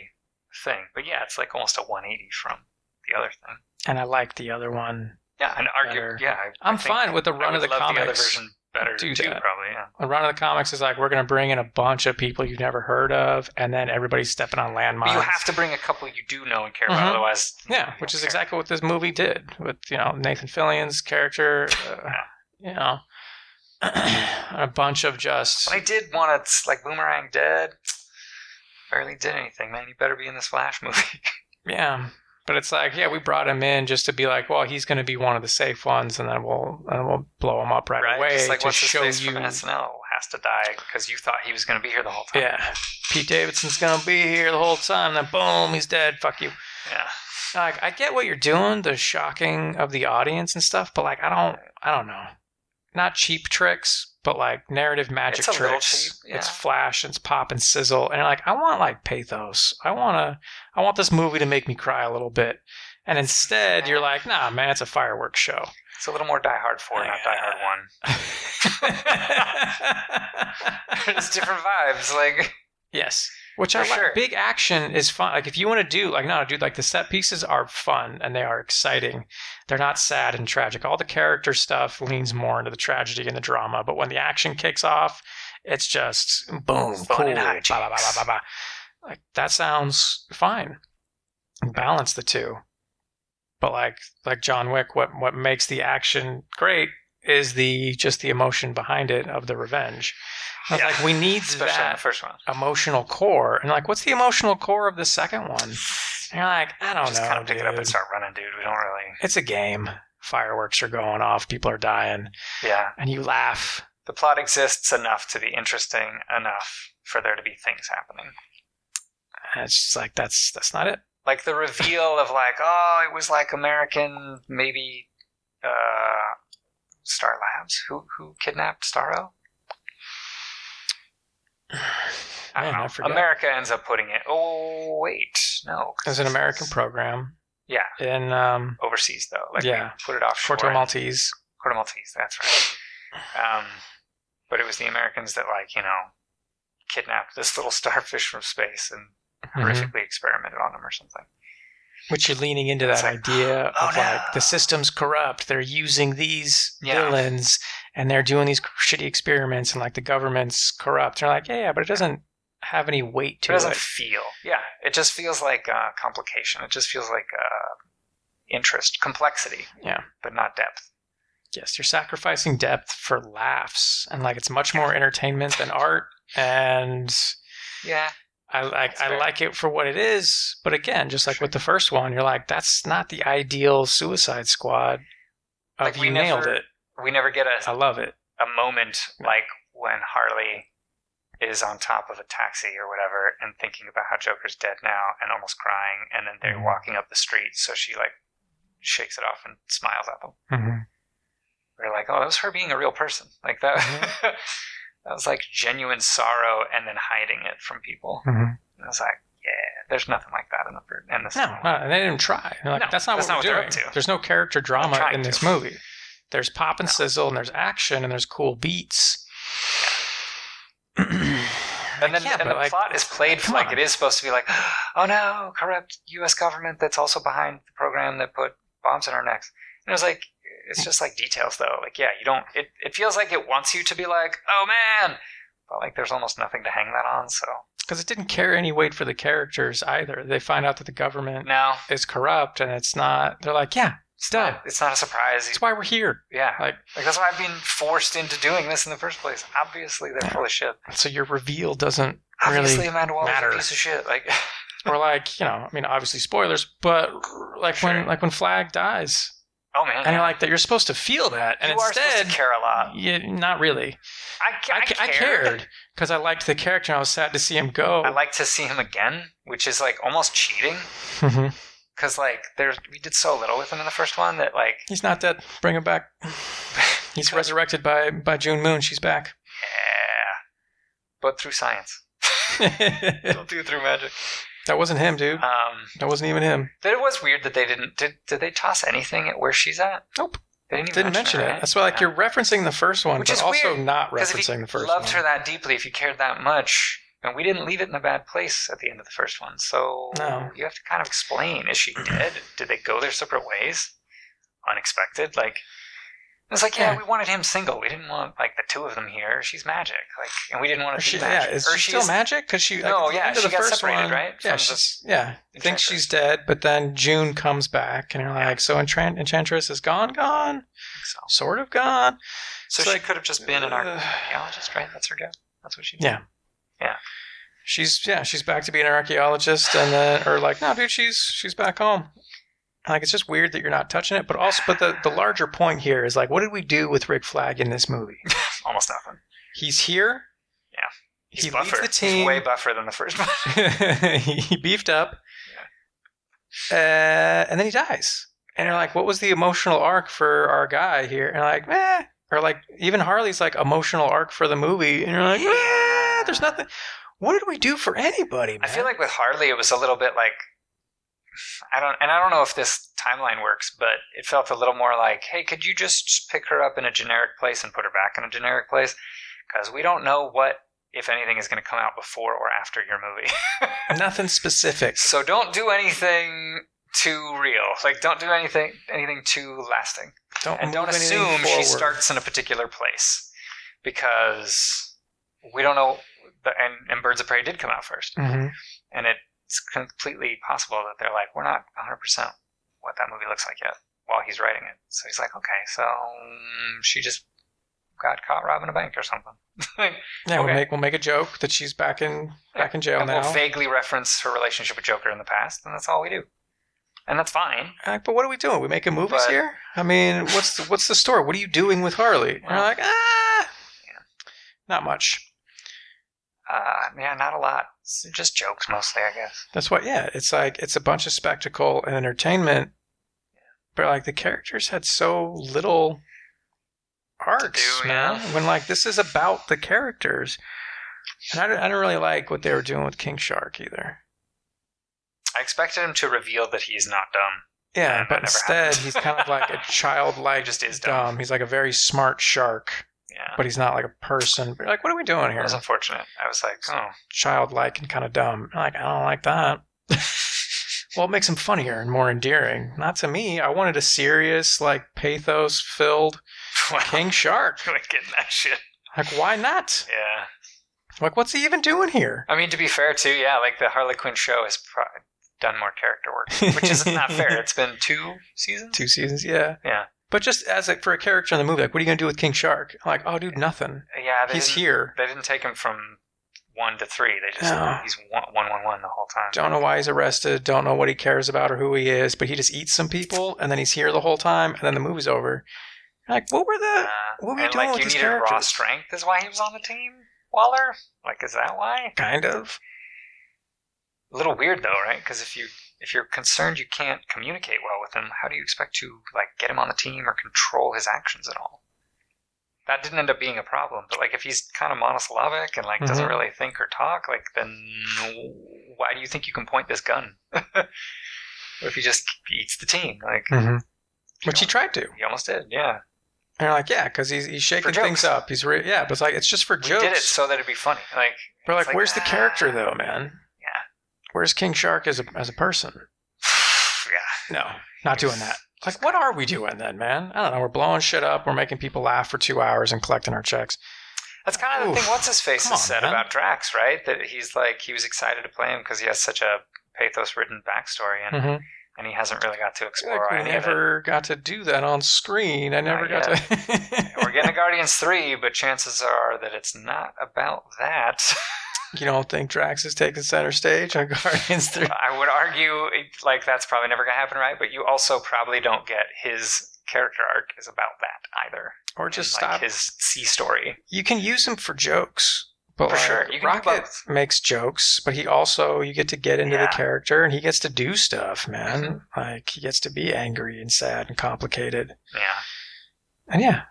A: thing. But yeah, it's like almost a 180 from the other thing.
C: and I like the other one.
A: Yeah, and
C: Better.
A: argue. Yeah, I,
C: I'm
A: I think
C: fine with the
A: I
C: run of
A: would
C: the
A: love the other
C: comics.
A: version better
C: Do
A: too,
C: that.
A: probably. Yeah.
C: The run of the comics is like we're gonna bring in a bunch of people you've never heard of, and then everybody's stepping on landmines.
A: But you have to bring a couple you do know and care
C: Mhm.
A: about, otherwise.
C: Yeah,
A: you
C: which
A: don't
C: is
A: care.
C: exactly what this movie did with you know Nathan Fillion's character, uh, you know, a bunch of just
A: But I did want to like Boomerang Dead. Barely did anything, man. You better be in this Flash movie.
C: yeah. But it's like yeah, we brought him in just to be like, well, he's going to be one of the safe ones, and then we'll and we'll blow him up right, away
A: Just like
C: to
A: what's his
C: show
A: face
C: you.
A: from SNL has to die because you thought he was going to be here the whole time.
C: Yeah, Pete Davidson's going to be here the whole time. Then boom, he's dead. Fuck you.
A: Yeah.
C: like I get what you're doing, the shocking of the audience and stuff, but like I don't I don't know. Not cheap tricks, but like narrative magic
A: It's a little
C: tricks.
A: cheap,
C: It's
A: yeah.
C: flash, it's pop and sizzle, and like I want like pathos. I wanna I want this movie to make me cry a little bit. And instead you're like, nah man, it's a fireworks show.
A: It's a little more Die Hard Four, not Die Hard One. It's different vibes. Like
C: yes. Which
A: For
C: I like.
A: sure.
C: Big action is fun. Like if you want to do like no, dude, like the set pieces are fun and they are exciting. They're not sad and tragic. All the character stuff leans more into the tragedy and the drama, but when the action kicks off, it's just boom,
A: Fun
C: cool,
A: and
C: bah,
A: hijinks.
C: bah, bah, bah, bah. Like that sounds fine. Balance the two. But like like John Wick, what what makes the action great is the just the emotion behind it of the revenge. I was
A: Yeah.
C: Like we need
A: especially in
C: that
A: the first one.
C: emotional core and like what's the emotional core of the second one and you're like i don't
A: Just
C: know
A: kind of pick it up and
C: Oh, dude.
A: start running, dude. We don't really.
C: it's a game fireworks are going off people are dying
A: Yeah,
C: and you laugh
A: the plot exists enough to be interesting enough for there to be things happening.
C: and it's just like that's that's not it
A: Like the reveal of like, oh, it was like American maybe uh, Star Labs who who kidnapped Starro. I don't
C: Man,
A: know.
C: I forgot.
A: America ends up putting it. Oh wait, no. 'cause
C: it was an
A: this
C: american
A: is
C: program
A: Yeah.
C: in um
A: overseas though. Like
C: Yeah.
A: we put it offshore.
C: Porto
A: in-
C: maltese
A: Puerto Maltese. That's right. Um, but it was the Americans that like you know kidnapped this little starfish from space and
C: Mhm.
A: horrifically experimented on him or something.
C: which you're leaning into that
A: It's like,
C: idea
A: oh,
C: of
A: no.
C: like the system's corrupt they're using these
A: Yeah.
C: villains and they're doing these shitty experiments and like the government's corrupt they're like yeah but it doesn't have any weight to
A: it doesn't feel. Yeah, it just feels like uh, complication. It just feels like uh, interest, complexity.
C: Yeah.
A: but not depth.
C: yes, you're sacrificing depth for laughs, and like it's much more entertainment than art. And
A: Yeah,
C: I like
A: That's fair.
C: I like it for what it is, but again, just like with the first one, you're like, that's not the ideal Suicide Squad. Of
A: Like, we
C: you nailed
A: never-
C: it.
A: we never get a
C: I love it.
A: a moment like when Harley is on top of a taxi or whatever and thinking about how Joker's dead now and almost crying and then they're
C: Mhm.
A: walking up the street so she like shakes it off and smiles at them. We're like, oh, that was her being a real person. Like that
C: Mm-hmm.
A: that was like genuine sorrow and then hiding it from people.
C: Mhm.
A: And I was like, yeah, there's nothing like that in the fir- in this
C: No,
A: one.
C: no, and they didn't try. They're like,
A: No,
C: that's not
A: that's
C: what
A: not
C: we're
A: what they're
C: doing.
A: up to.
C: There's no character drama
A: trying
C: in
A: to.
C: this movie. There's pop and sizzle, and there's action, and there's cool beats.
A: And then
C: yeah,
A: and
C: but
A: the
C: like-
A: plot is played for
C: come
A: like
C: on.
A: it is supposed to be like, oh no, corrupt U.S. government that's also behind the program that put bombs in our necks. And it was like, it's just like details though. Like yeah, you don't. It it feels like it wants you to be like, oh man, but like there's almost nothing to hang that on. So
C: because it didn't carry any weight for the characters either. They find out that the government
A: no,
C: is corrupt, and it's not. They're like, yeah, it's done.
A: it's not a surprise.
C: That's why we're here.
A: yeah, like,
C: Like,
A: that's why I've been forced into doing this in the first place. Obviously, they're full of shit.
C: so your reveal doesn't
A: Obviously,
C: really.
A: Amanda Waller's
C: matter.
A: a piece of shit. Like
C: Or like, you know, I mean, obviously spoilers, but like
A: Sure.
C: when like when Flag dies,
A: oh man,
C: and you're like that, you're supposed to feel that, and
A: you are
C: instead,
A: supposed to care a lot.
C: you, not really.
A: I, I,
C: I, ca- I cared because I liked the character, and I was sad to see him go.
A: I like to see him again, which is like almost cheating
C: Mhm.
A: because like there's we did so little with him in the first one that like
C: He's not dead. Bring him back. He's resurrected by by June Moon. She's back.
A: yeah, but through science,
C: that
A: don't do it through magic.
C: wasn't him, dude.
A: Um,
C: That wasn't even him.
A: but it was weird that they didn't did did they toss anything at where she's at?
C: Nope.
A: they didn't, even
C: Didn't mention
A: her,
C: it.
A: right?
C: That's why, like, you're referencing the first one,
A: Which
C: but
A: is
C: also
A: weird,
C: not
A: 'Cause if you
C: referencing the first
A: loved
C: one.
A: her that deeply, if you cared that much. And we didn't leave it in a bad place at the end of the first one, so
C: No.
A: you have to kind of explain: is she dead? Did they go their separate ways? Unexpected, like it was like, yeah,
C: Yeah.
A: we wanted him single. We didn't want like the two of them here. She's magic, like, and we didn't want
C: Or
A: to
C: she,
A: be
C: yeah,
A: magic.
C: is
A: or
C: she still
A: she's-
C: magic? Because she, like,
A: No,
C: at the
A: yeah,
C: end of
A: she
C: the
A: got
C: first
A: separated,
C: one,
A: right, from
C: Yeah,
A: the
C: she's yeah, thinks
A: Enchantress.
C: she's dead, but then June comes back, and you're like, so Entrant- Enchantress is gone, gone,
A: so.
C: sort of gone.
A: So
C: It's
A: she
C: like,
A: could have just been an
C: uh,
A: archaeologist, right? That's her job. That's what she did.
C: Yeah.
A: Yeah.
C: She's yeah, she's back to being an archaeologist, and then or like, no, dude, she's she's back home. Like it's just weird that you're not touching it, but also, but the the larger point here is like, what did we do with Rick Flag in this movie?
A: Almost nothing.
C: He's here.
A: Yeah.
C: He
A: buffer.
C: leads the team.
A: He's way buffer than the first one.
C: he beefed up. uh, and then he dies. And you're like, what was the emotional arc for our guy here? And like, eh. Or like, even Harley's like emotional arc for the movie, and you're like, eh, there's nothing. What did we do for anybody?
A: I
C: Man?
A: feel like with Harley, it was a little bit like I don't, and I don't know if this timeline works, but it felt a little more like, hey, could you just pick her up in a generic place and put her back in a generic place? Because we don't know what, if anything, is going to come out before or after your movie.
C: nothing specific.
A: so don't do anything too real. Like don't do anything anything too lasting,
C: Don't
A: and don't
C: move anything
A: assume she
C: forward.
A: starts in a particular place because we don't know. And, and Birds of Prey did come out first
C: Mhm.
A: and it's completely possible that they're like, we're not 100 percent what that movie looks like yet while he's writing it. So he's like, okay, so um, she just got caught robbing a bank or something.
C: Yeah,
A: Okay.
C: we'll make we'll make a joke that she's back in back in jail
A: and
C: now.
A: we'll vaguely reference her relationship with Joker in the past, and that's all we do, and that's fine.
C: Like, but what are we doing? We making movies
A: But-
C: here? I mean, what's the, what's the story? What are you doing with Harley? And you're
A: Well-
C: like, ah,
A: Yeah.
C: not much.
A: Uh, yeah, not a lot. It's just jokes mostly, I guess.
C: That's what. Yeah, it's like it's a bunch of spectacle and entertainment, but like the characters had so little arcs.
A: do,
C: man.
A: yeah.
C: When like this is about the characters, and I didn't, I didn't really like what they were doing with King Shark either.
A: I expected him to reveal that he's not dumb.
C: Yeah,
A: Yeah, that
C: but
A: never
C: instead
A: happened.
C: he's kind of like a childlike,
A: just is dumb.
C: He's like a very smart shark,
A: Yeah,
C: but he's not like a person. But like, what are we doing
A: it
C: here?
A: was unfortunate. I was like, oh,
C: childlike and kind of dumb. I'm Like, I don't like that. well, it makes him funnier and more endearing. Not to me. I wanted a serious, like, pathos filled
A: well,
C: King Shark.
A: we're getting that shit.
C: Like, why not?
A: Yeah.
C: Like, what's he even doing here?
A: I mean, to be fair, too, yeah, like the Harley Quinn show has pro- done more character work, which is not fair. It's been two seasons.
C: Two seasons, yeah.
A: Yeah.
C: But just as like for a character in the movie, like, what are you gonna do with King Shark? I'm like, oh, dude, nothing.
A: Uh, Yeah, they
C: He's
A: didn't,
C: here.
A: They didn't take him from one to three. They just
C: No.
A: he's one, one, one, one the whole time.
C: Don't know why he's arrested. Don't know what he cares about or who he is. But he just eats some people, and then he's here the whole time, and then the movie's over. Like, what were the?
A: Uh,
C: What were you
A: and
C: doing
A: like
C: with
A: you
C: these
A: needed raw
C: characters?
A: strength is why he was on the team. Waller, like, is that why?
C: Kind of.
A: A little weird though, right? Because if you if you're concerned you can't communicate well with him, how do you expect to like get him on the team or control his actions at all? That didn't end up being a problem, but like if he's kind of monosyllabic and like doesn't
C: Mhm.
A: really think or talk, like then why do you think you can point this gun? what if he just eats the team? Like
C: Mm-hmm. Which he tried to.
A: he almost did, yeah.
C: And you're like, yeah, because he's, he's shaking
A: jokes.
C: things up. He's re- yeah, but it's like it's just for
A: We
C: jokes.
A: did it so that it'd be funny. Like
C: but like,
A: it's like,
C: where's the
A: ah.
C: character though, man?
A: Yeah.
C: Where's King Shark as a as a person?
A: yeah,
C: No, not doing that. Like, what are we doing then, man? I don't know. We're blowing shit up. We're making people laugh for two hours and collecting our checks.
A: That's kind of the
C: Oof.
A: thing. What's his face
C: Come
A: has
C: on,
A: said
C: man.
A: about Drax, right? That he's like he was excited to play him because he has such a pathos-ridden backstory, and,
C: Mm-hmm.
A: and he hasn't really got to explore.
C: Like, we
A: any of it.
C: never got to do that on screen. I never
A: Not
C: got to.
A: We're getting a Guardians three, but chances are that it's not about that.
C: you don't think Drax is taking center stage on Guardians Three?
A: I would argue, like that's probably never gonna happen, right? But you also probably don't get his character arc is about that either,
C: Or just
A: And, like,
C: stop
A: his C story.
C: you can use him for jokes. But
A: For
C: like,
A: sure. You can do
C: Rocket
A: both.
C: makes jokes, but he also you get to get into
A: Yeah. Mm-hmm.
C: the character and he gets to do stuff, man. Like he gets to be angry and sad and complicated.
A: Yeah,
C: And yeah,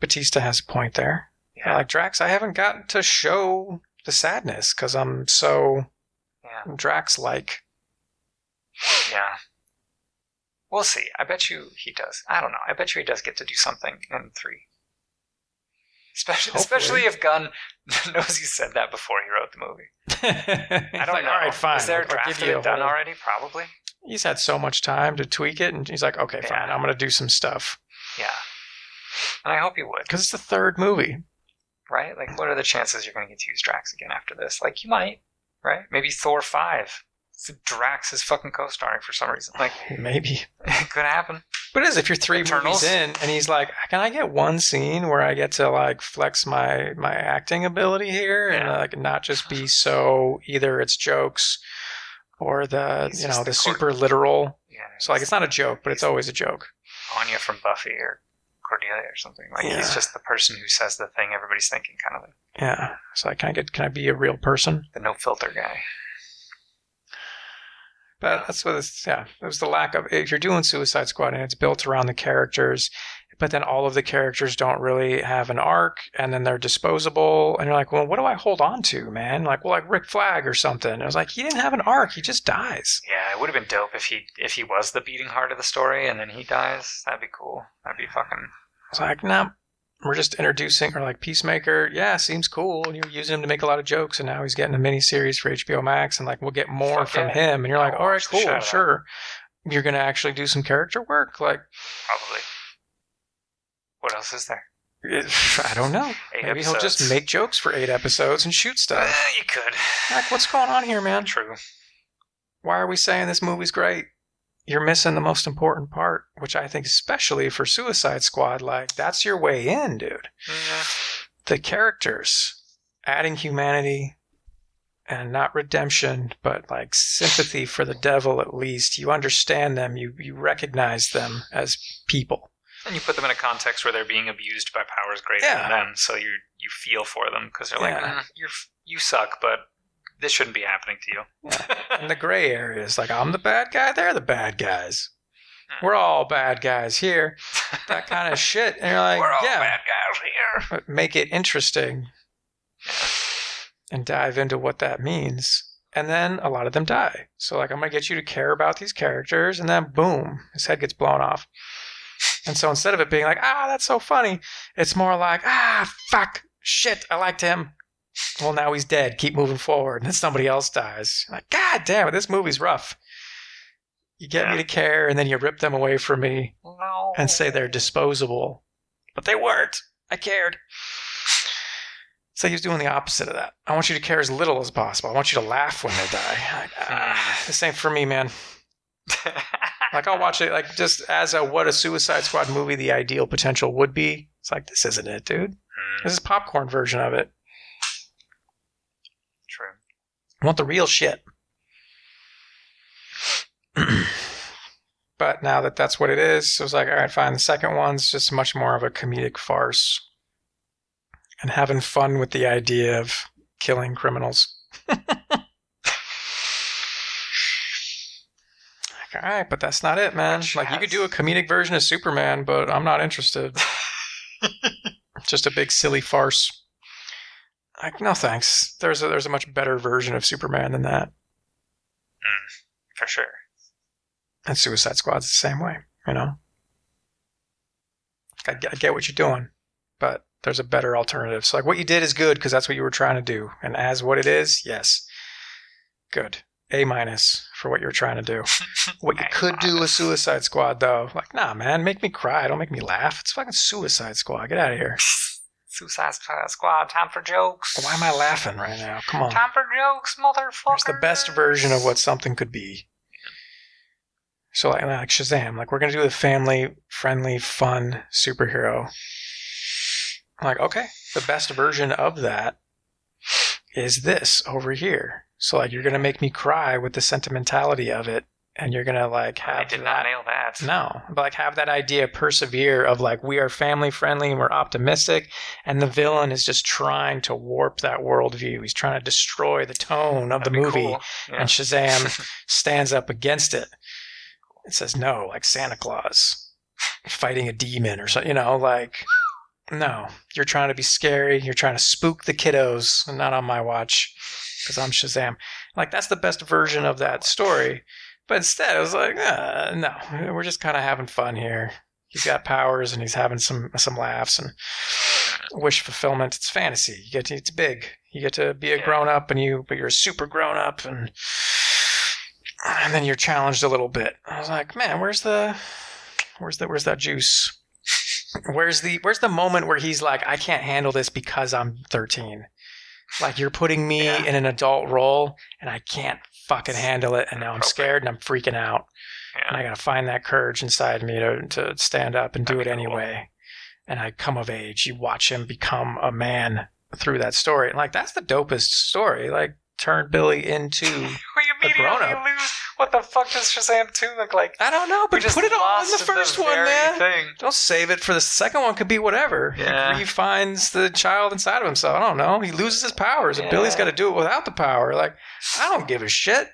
C: Batista has a point there.
A: yeah.
C: Like Drax, I haven't gotten to show the sadness because I'm so
A: Yeah.
C: Drax like.
A: Yeah. We'll see. I bet you he does. I don't know. I bet you he does get to do something in three. Especially,
C: Hopefully.
A: especially if Gunn knows he said that before he wrote the movie. I don't know.
C: All right, fine.
A: Is there a
C: I'll- I'll
A: draft
C: give
A: of
C: you
A: it
C: a
A: done
C: whole-
A: already? Probably.
C: He's had so much time to tweak it, and he's like, okay, fine,
A: Yeah.
C: I'm gonna do some stuff
A: Yeah. And I hope he would,
C: because it's the third movie.
A: right? Like, what are the chances you're going to get to use Drax again after this? Like, you might, right? Maybe Thor 5. Drax is fucking co starring for some reason. Like,
C: Maybe.
A: it could happen.
C: But it is if you're three
A: Eternals?
C: movies in and he's like, can I get one scene where I get to like flex my my acting ability here and
A: Yeah.
C: like not just be so either it's jokes or the
A: He's
C: you
A: just
C: know the,
A: the court-
C: super literal.
A: Yeah.
C: So like it's not a joke, but it's always a joke.
A: Anya from Buffy or Cordelia or something. Like he's
C: Yeah.
A: just the person who says the thing everybody's thinking, kind of thing.
C: Yeah. So like, can I get can I be a real person?
A: The no filter guy.
C: But that's what it's, yeah, it was the lack of, if you're doing Suicide Squad and it's built around the characters, but then all of the characters don't really have an arc and then they're disposable. And you're like, well, what do I hold on to, man? Like, well, like Rick Flag or something. And I was like, he didn't have an arc. He just dies.
A: Yeah, it would have been dope if he if he was the beating heart of the story and then he dies. That'd be cool. That'd be fucking.
C: It's like, nah, we're just introducing, or like Peacemaker. Yeah, seems cool. And you're using him to make a lot of jokes, and now he's getting a mini series for HBO Max, and like we'll get more
A: Fuck
C: from
A: yeah. Oh,
C: him. And you're like,
A: I'll
C: all right,
A: watch the shit out
C: cool,
A: of that.
C: sure. You're gonna actually do some character work, like
A: Probably. What else is there?
C: it- I don't know.
A: Eight
C: Maybe he'll just
A: episodes.
C: make jokes for eight episodes and shoot
A: Eh,
C: stuff.
A: you could.
C: like, what's going on here, man?
A: True.
C: Why are we saying this movie's great? You're missing the most important part, which I think, especially for Suicide Squad, like that's your way in, dude.
A: Yeah.
C: the characters adding humanity and not redemption but like sympathy for the devil at least you understand them you you recognize them as people
A: And you put them in a context where they're being abused by powers greater
C: Yeah.
A: than them, so you you feel for them because they're like,
C: Yeah.
A: "Mm, you you suck, but this shouldn't be happening to you.
C: and the gray areas like i'm the bad guy they're the bad guys
A: Hmm.
C: we're all bad guys here that kind of shit and you're like
A: We're all
C: yeah
A: bad guys here.
C: but make it interesting and dive into what that means. And then a lot of them die. So, like, I'm going to get you to care about these characters. And then, boom, his head gets blown off. And so, instead of it being like, ah, that's so funny, it's more like, ah, fuck, shit, I liked him. Well, now he's dead. Keep moving forward. And then somebody else dies. Like, God damn it, this movie's rough. You get me to care, and then you rip them away from me
A: No.
C: and say they're disposable, but they weren't. I cared. So he was doing the opposite of that. I want you to care as little as possible. I want you to laugh when they die. Like, ah, this ain't for me, man. Like I'll watch it. Like just as a what a Suicide Squad movie, the ideal potential would be. It's like this isn't it, dude.
A: Mm,
C: This is popcorn version of it.
A: True.
C: I want the real shit. but now that that's what it is, it was like, all right, fine. The second one's just much more of a comedic farce and having fun with the idea of killing criminals. like, all right, but that's not it, man.
A: Which
C: Like, you could
A: has-
C: do a comedic version of Superman, but I'm not interested. just a big silly farce. Like, no thanks. There's a, there's a much better version of Superman than that.
A: For sure.
C: And Suicide Squad's the same way, you know? I, get- I get what you're doing, but there's a better alternative. So, like, what you did is good because that's what you were trying to do. And as what it is, yes, good. A minus for what you were trying to do. What you
A: A
C: could do with
A: minus.
C: Suicide Squad, though, like, nah, man, make me cry. Don't make me laugh. It's fucking Suicide Squad. Get out of here.
A: Suicide Squad. Time for jokes.
C: Oh, Why am I laughing right now? Come on.
A: Time for jokes, motherfucker.
C: It's the best version of what something could be. So like, like Shazam, like we're gonna do the family friendly, fun superhero. I'm like, okay, the best version of that is this over here. So like you're gonna make me cry with the sentimentality of it, and you're gonna like
A: I
C: have
A: did
C: that
A: not nail that.
C: no, but like have that idea persevere of like we are family friendly and we're optimistic, and the villain is just trying to warp that worldview. He's trying to destroy the tone of
A: That'd
C: the
A: be
C: movie,
A: cool. Yeah.
C: and Shazam stands up against it. It says no, like Santa Claus fighting a demon or something. You know, like no, you're trying to be scary. You're trying to spook the kiddos. Not on my watch because I'm Shazam. Like that's the best version of that story. But instead, I was like, uh, no, we're just kind of having fun here. He's got powers and he's having some some laughs and wish fulfillment. It's fantasy. You get to, it's big. You get to be a
A: Yeah.
C: grown up and you, but you're a super grown up and and then you're challenged a little bit. I was like, man, where's the where's the where's that juice? Where's the where's the moment where he's like, I can't handle this because I'm 13. Like you're putting me
A: Yeah.
C: in an adult role and I can't fucking handle it and now I'm
A: Inappropriate.
C: scared and I'm freaking out and
A: Yeah.
C: I gotta find that courage inside me to to stand up and do it
A: That'd be cool.
C: anyway. And I come of age. You watch him become a man through that story. And like that's the dopest story. Like turn Billy into
A: We immediately
C: grown-up.
A: lose. What the fuck does Shazam 2 look like?
C: I don't know,
A: We
C: but
A: just
C: put it all in
A: lost
C: the first one,
A: very
C: man.
A: Thing.
C: Don't save it for the second one. Could be whatever.
A: Yeah.
C: He finds the child inside of himself. I don't know. He loses his powers, and
A: Yeah.
C: Billy's got to do it without the power. Like I don't give a shit.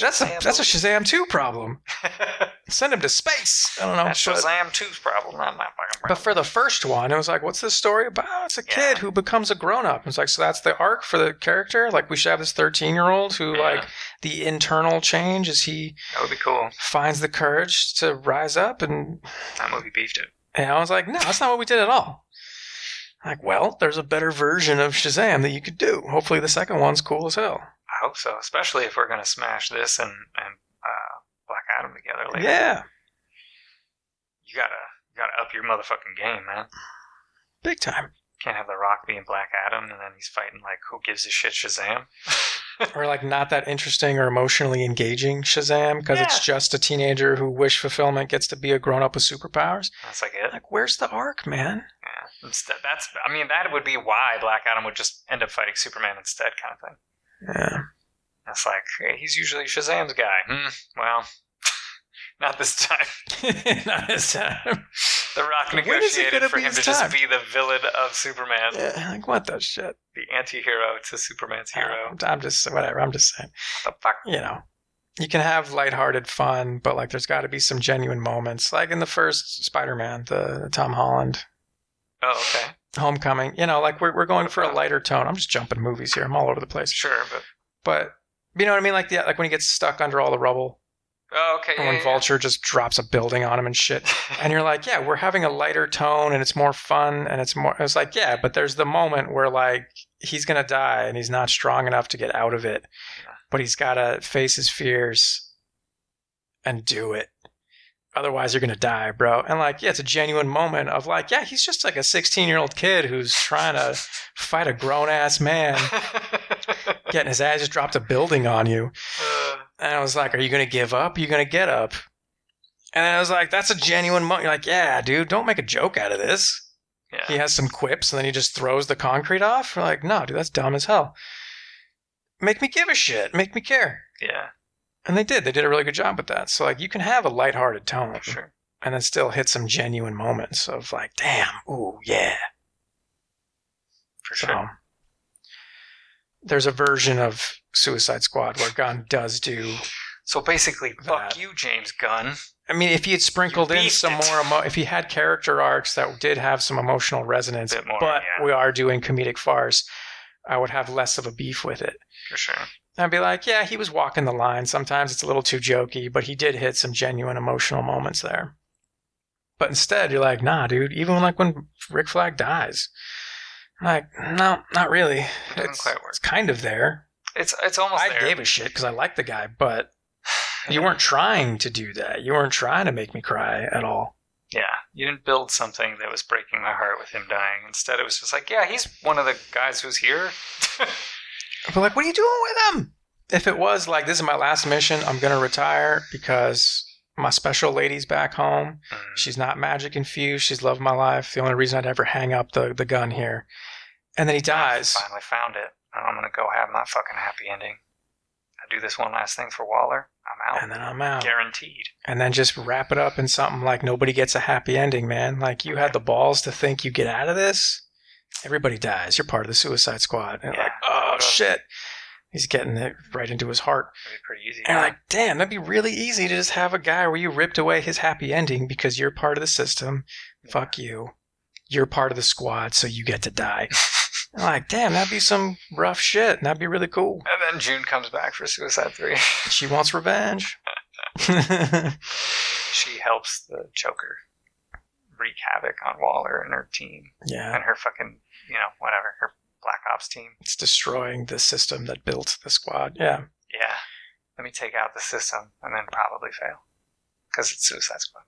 C: That's a that's a Shazam two problem.
A: Shazam.
C: Send him to space. I don't know.
A: That's
C: but-
A: Shazam 2's problem, not my fucking
C: Oh, But
A: problem.
C: for the first one, it was like, what's this story about? It's a
A: Yeah.
C: kid who becomes a grown up. It's like, so that's the arc for the character. Like, we should have this 13 year old who,
A: Yeah.
C: like, the internal change is he
A: That would be cool.
C: finds the courage to rise up. And,
A: That movie beefed it.
C: and I was like, no, that's not what we did at all. Like, well, there's a better version of Shazam that you could do. Hopefully, the second one's cool as hell.
A: I hope so, especially if we're going to smash this and, and uh, Black Adam together later.
C: Yeah,
A: You gotta, you gotta up your motherfucking game, man.
C: big time.
A: Can't have The Rock being Black Adam and then he's fighting, like, who gives a shit Shazam?
C: Or, like, not that interesting or emotionally engaging Shazam because it's just a teenager who wish fulfillment gets to be a grown up with superpowers.
A: That's like it.
C: Like, where's the arc, man?
A: Yeah. It's- that- That's, I mean, that would be why Black Adam would just end up fighting Superman instead, kind of thing.
C: Yeah.
A: It's like, hey, he's usually Shazam's guy. Hmm, well, not this time.
C: Not this time.
A: The Rock
C: When is
A: negotiated
C: it gonna
A: for
C: be
A: him
C: his
A: to
C: time?
A: just be the villain of Superman,
C: Yeah, Uh, like what the shit?
A: the anti-hero to Superman's hero.
C: I'm, I'm just whatever. I'm just saying.
A: What the fuck?
C: You know, you can have lighthearted fun, but like there's got to be some genuine moments, like in the first Spider-Man, the, the Tom Holland
A: Oh, okay,
C: Homecoming. You know, like we're we're going for a lighter tone. I'm just jumping movies here. I'm all over the place.
A: sure, but
C: But you know what I mean? Like the like when he gets stuck under all the rubble,
A: oh, okay,
C: and
A: yeah,
C: when
A: yeah,
C: Vulture just drops a building on him and shit.
A: yeah.
C: and you're like, yeah, we're having a lighter tone and it's more fun and it's more. It's like, yeah, but there's the moment where like he's gonna die and he's not strong enough to get out of it, but he's gotta face his fears and do it. Otherwise, you're gonna die, bro. And like, yeah, it's a genuine moment of like, yeah, he's just like a 16 year old kid who's trying to fight a grown ass man, getting his ass just dropped a building on you.
A: Uh,
C: And I was like, Are you going to give up? Are you going to get up? And I was like, That's a genuine moment. You're like, Yeah, dude, don't make a joke out of this.
A: yeah.
C: He has some quips and then he just throws the concrete off. We're like, No, dude, that's dumb as hell. Make me give a shit. Make me care.
A: yeah,
C: And they did. They did a really good job with that. So, like, you can have a lighthearted tone
A: sure.
C: and then still hit some genuine moments of, like, damn, ooh, yeah.
A: For
C: So,
A: sure.
C: there's a version of Suicide Squad where Gunn does do
A: So basically, fuck
C: That.
A: you, James Gunn.
C: I mean, if he had sprinkled
A: You
C: in
A: beefed
C: some
A: it.
C: more, emo- if he had character arcs that did have some emotional resonance,
A: Bit more,
C: but
A: yeah.
C: we are doing comedic farce, I would have less of a beef with it.
A: For sure.
C: I'd be like, yeah, he was walking the line. Sometimes it's a little too jokey, but he did hit some genuine emotional moments there. But instead, you're like, nah, dude. Even like when Rick Flag dies, I'm like, no, not really.
A: doesn't
C: It's,
A: quite work.
C: it's kind of there.
A: It's it's almost
C: I
A: there.
C: gave a shit because I like the guy, but you weren't trying to do that. You weren't trying to make me cry at all.
A: Yeah, you didn't build something that was breaking my heart with him dying. Instead, it was just like, yeah, he's one of the guys who's here. Mm.
C: But like, what are you doing with him? If it was like, this is my last mission, I'm gonna retire because my special lady's back home.
A: Mm,
C: She's not magic infused. She's loved my life. The only reason I'd ever hang up the, the gun here. And then he dies.
A: I finally found it. I'm gonna go have my fucking happy ending. I do this one last thing for Waller. I'm out.
C: And then I'm out.
A: Guaranteed.
C: And then just wrap it up in something like nobody gets a happy ending, man. Like you had the balls to think you get out of this. Everybody dies. You're part of the Suicide Squad. And
A: Yeah.
C: like, oh shit. He's getting it right into his heart.
A: It'd be pretty easy.
C: And you're like, damn, that'd be really easy to just have a guy where you ripped away his happy ending because you're part of the system.
A: Yeah.
C: Fuck you. You're part of the squad, so you get to die. And like, damn, that'd be some rough shit. and That'd be really cool.
A: And then June comes back for Suicide 3.
C: She wants revenge. yeah,
A: she helps the Joker wreak havoc on Waller and her team and her fucking, you know, whatever, her Black Ops team.
C: it's destroying the system that built the squad. Yeah.
A: Yeah, let me take out the system and then probably fail. Because it's Suicide Squad.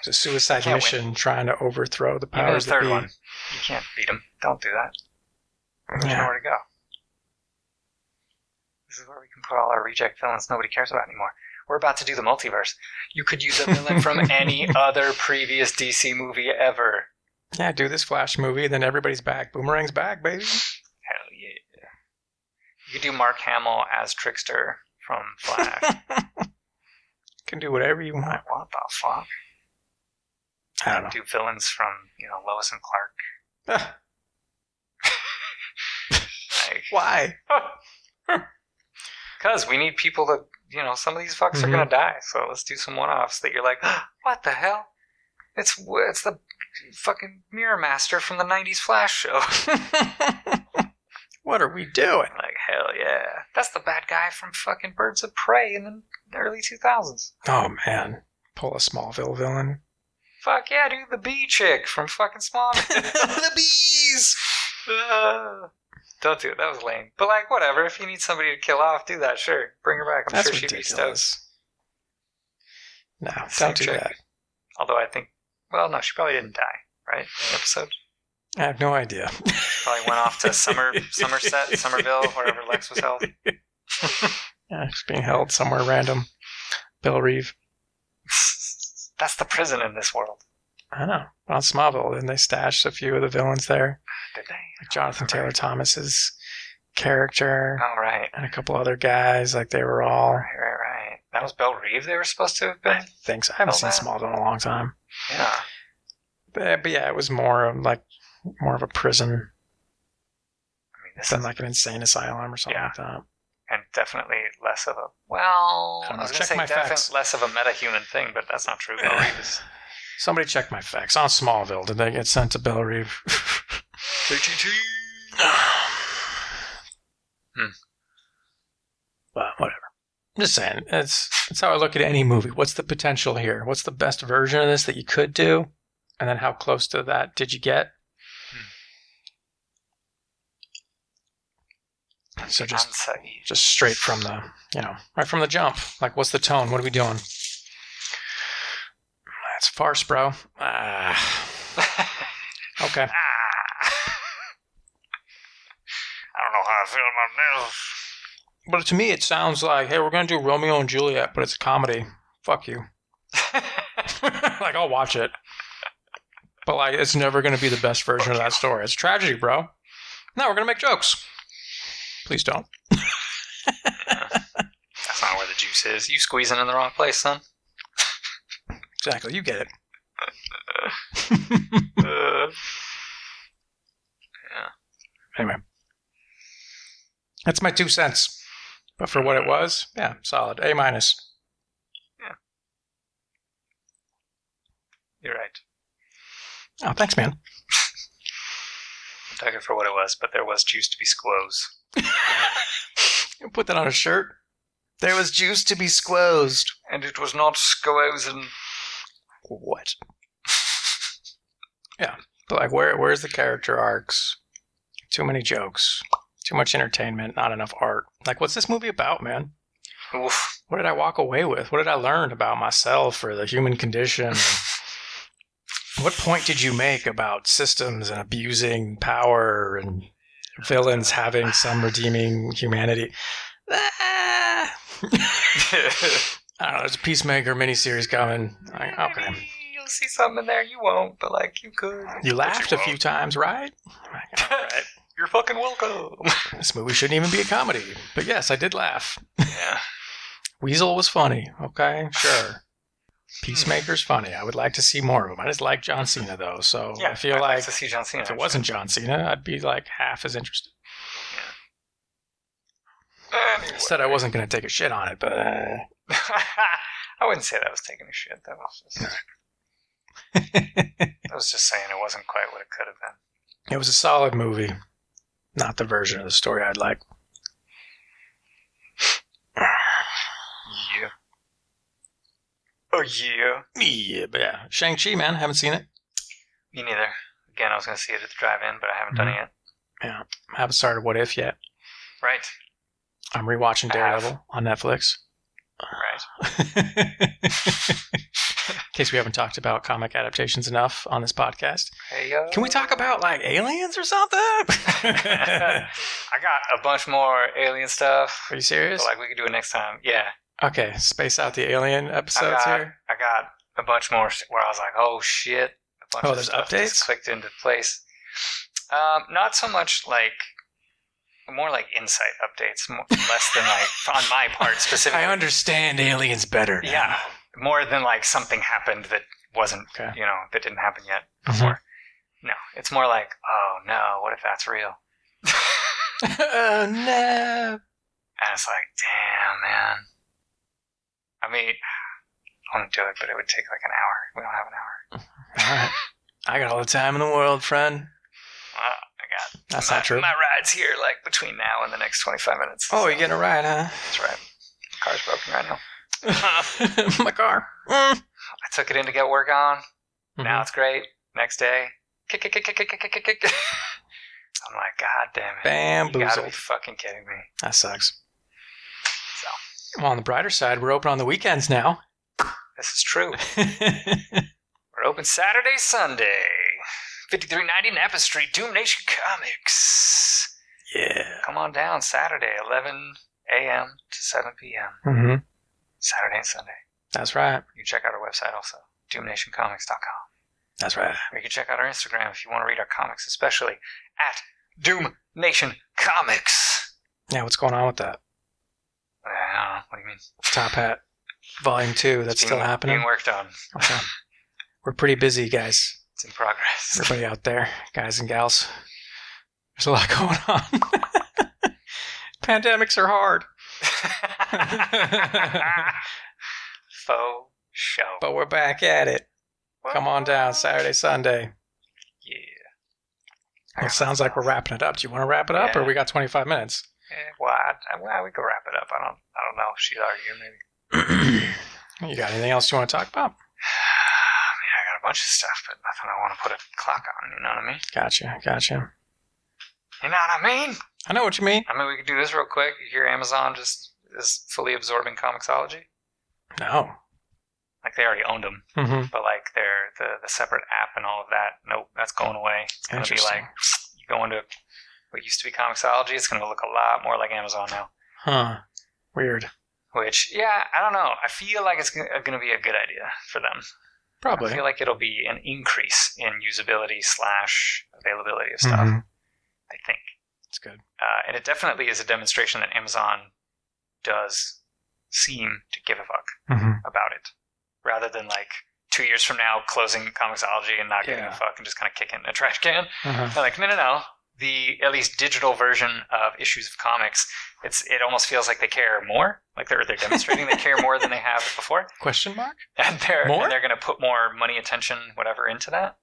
C: It's a suicide
A: Can't
C: mission trying to overthrow the
A: Even the
C: powers that
A: third
C: be.
A: one. You can't beat him. Don't do that. There's
C: Yeah.
A: nowhere to go. This is where we can put all our reject villains nobody cares about anymore. We're about to do the multiverse. You could use a villain from any other previous DC movie ever.
C: Yeah, do this Flash movie, then everybody's back. Boomerang's back, baby.
A: Hell yeah. You could do Mark Hamill as Trickster from Flash.
C: Can do whatever you want.
A: like, what the fuck?
C: I don't know.
A: Like, do villains from, you know, Lois and Clark. Like,
C: Why?
A: because we need people to, you know, some of these fucks are
C: Mhm.
A: gonna die. So let's do some one-offs that you're like, what the hell? It's it's the fucking Mirror Master from the '90s Flash show.
C: what are we doing?
A: like hell yeah, that's the bad guy from fucking Birds of Prey in the early 2000s.
C: Oh man, pull a Smallville villain.
A: Fuck yeah, dude, the bee chick from fucking Smallville.
C: the bees. Ah.
A: Uh, don't do it. That was lame. But like, whatever. If you need somebody to kill off, do that. Sure, bring her back. I'm
C: That's
A: sure she'd be stoked.
C: ridiculous. No,
A: Same
C: don't do
A: chick.
C: that.
A: Although I think, well, no, she probably didn't die. Right? The episode
C: I have no idea.
A: probably went off to Summer, Somerset, Somerville, wherever Lex was held.
C: Yeah, she's being held somewhere random. Bill Reeve.
A: That's the prison in this world.
C: I know. On Smallville, then they stashed a few of the villains there,
A: Did they?
C: like Jonathan Taylor
A: Right.
C: Thomas's character
A: Oh right,
C: and a couple other guys. Like they were all.
A: right, right, right. That was Belle Reeve. They were supposed to have been.
C: Thanks. I haven't
A: Oh,
C: seen
A: wow.
C: Smallville in a long time.
A: Yeah.
C: But, but yeah, it was more of like more of a prison
A: I mean, this
C: than
A: is
C: like an insane asylum or something
A: Yeah.
C: like that.
A: and definitely less of a well.
C: I
A: I,
C: don't know.
A: was
C: Check
A: gonna say
C: my
A: defi-
C: facts.
A: less of a metahuman thing, but that's not true. Belle Reeve is
C: Somebody check my facts on Smallville. Did they get sent to Belle Reeve?
A: Hmm.
C: But whatever. I'm just saying, it's it's how I look at any movie. What's the potential here? What's the best version of this that you could do? And then how close to that did you get? So just
A: Ansagi.
C: just straight from the you know right from the jump like what's the tone what are we doing that's farce bro ah,
A: Ah.
C: okay
A: I don't know how I feel about this.
C: but to me it sounds like hey we're gonna do romeo and juliet but it's a comedy fuck you like i'll watch it but like it's never gonna be the best version of that story it's tragedy bro no we're gonna make jokes please don't
A: That's not where the juice is. You squeezing in the wrong place, son.
C: exactly you get it
A: Uh,
C: anyway that's my two cents but for what it was yeah solid a minus
A: you're right.
C: oh thanks man
A: I took it for what it was, but there was juice to be squoze.
C: Put that on a shirt. There was juice to be squozed.
A: And it was not squozen.
C: What? yeah, but like, where where's the character arcs? Too many jokes. Too much entertainment. Not enough art. Like, what's this movie about, man?
A: Oof.
C: What did I walk away with? What did I learn about myself or the human condition? what point did you make about systems and abusing power and villains having some redeeming humanity? Ah. I don't know. There's a Peacemaker miniseries coming. Like, okay.
A: Maybe You'll see something in there you won't, but like you could. But
C: You laughed a few
A: won't.
C: times, right? Like, all right.
A: You're fucking welcome.
C: This movie shouldn't even be a comedy. But yes, I did laugh.
A: yeah.
C: Weasel was funny. Okay, sure. Peacemaker's funny. I would like to see more of him. I just like John Cena, though. So I feel
A: I'd
C: like
A: to see John Cena.
C: if it wasn't John Cena, I'd be like half as interested.
A: Anyway.
C: Said I wasn't going to take a shit on it, but uh,
A: I wouldn't say that was taking a shit. That was just. I was just saying it wasn't quite what it could have been.
C: it was a solid movie. Not the version of the story I'd like.
A: Yeah. Oh yeah.
C: Yeah, but yeah. Shang-Chi, man. Haven't seen it.
A: Me neither. Again, I was gonna see it at the drive-in, but I haven't done it
C: Mm-hmm.
A: yet.
C: Haven't started What If yet.
A: Right.
C: I'm rewatching
A: I have.
C: Daredevil on Netflix.
A: Right.
C: in case we haven't talked about comic adaptations enough on this podcast.
A: Hey yo.
C: Can we talk about like aliens or something? Are
A: I got a bunch more alien stuff.
C: you serious?
A: So, like we could do it next time. Yeah.
C: Okay, space out the alien episodes
A: got-
C: here.
A: I got a bunch more s- where I was like, oh shit. A bunch
C: Oh,
A: of
C: there's
A: stuff just
C: updates?
A: clicked into place. Um, not so much like, more like insight updates, more, less than like on my part
C: I
A: specifically.
C: understand aliens better. now.
A: yeah. More than like something happened that wasn't,
C: Okay.
A: you know, that didn't happen yet
C: Mhm.
A: before. No, it's more like, oh no, what if that's real?
C: oh no.
A: And it's like, damn, man. I mean, I want to do it, but it would take like an hour. We don't have an hour.
C: All right. I got all the time in the world, friend.
A: Well, Ah, I got
C: That's
A: my,
C: not true.
A: My ride's here, like between now and the next 25 minutes.
C: Oh,
A: So,
C: you're getting a ride,
A: That's right. Car's broken right now.
C: huh? My car. Mm.
A: I took it in to get work on. Now
C: Mhm.
A: it's great. Next day, kick, kick, kick, kick, kick, kick, kick, kick. I'm like, God damn it. You gotta be
C: Bamboozled.
A: fucking kidding me.
C: That sucks.
A: So,
C: Well, on the brighter side, we're open on the weekends now.
A: this is true.
C: That's
A: We're open Saturday, Sunday. 5390 Napa Street, Doom Nation Comics.
B: Yeah.
A: Come on down Saturday, 11 a.m. to 7 p.m.
C: hmm
A: Saturday and Sunday.
C: That's right.
A: You can check out our website also, doomnationcomics.com.
C: That's right.
A: Or you can check out our Instagram if you want to read our comics, especially at Doom Nation Comics.
C: Yeah, what's going on with that?
A: Uh, I don't know. What do you mean?
C: Top Hat Volume 2, that's
A: It's
C: still
A: being-
C: happening.
A: Being worked on.
C: Okay. We're pretty busy, guys.
A: It's in progress.
C: Everybody out there, guys and gals. There's a lot going on. Pandemics are hard,
A: Faux show.
C: but we're back at it. Come on down Saturday, Sunday.
A: Yeah.
C: Well, it sounds like we're wrapping it up. Do you want to wrap it up, or
A: Yeah.
C: we got 25 minutes?
A: Eh, well, I, I, well, we can wrap it up. I don't. I don't know if she's arguing. Maybe.
C: You got anything else you want to talk
A: I
C: about?
A: mean, I got a bunch of stuff, but nothing I want to put a clock on. You know what I mean?
C: Gotcha, gotcha.
A: You know what I mean?
C: I know what you mean.
A: I mean, we could do this real quick. You hear Amazon just is fully absorbing comicsology.
C: No.
A: Like they already owned them,
C: hmm
A: but like their the the separate app and all of that. Nope, that's going away. It's gonna be
C: Interesting.
A: like you go into what used to be comicsology. It's gonna look a lot more like Amazon now.
C: Huh. Weird.
A: Which, yeah, I don't know. I feel like it's going to be a good idea for them.
C: Probably.
A: I feel like it'll be an increase in usability slash availability of stuff.
C: Mhm.
A: I think,
C: It's good.
A: uh, and it definitely is a demonstration that Amazon does seem to give a fuck
C: Mm-hmm.
A: about it, rather than like two years from now closing Comicsology and not giving
C: Yeah.
A: a fuck and just kind of kicking in a trash can.
C: Uh-huh.
A: They're like, no, no, no. The at least digital version of issues of comics, it's it almost feels like they care more. Like they're they're demonstrating they care more than they have before.
C: Question mark?
A: and they're
C: More?
A: and they're going to put more money, attention, whatever into that.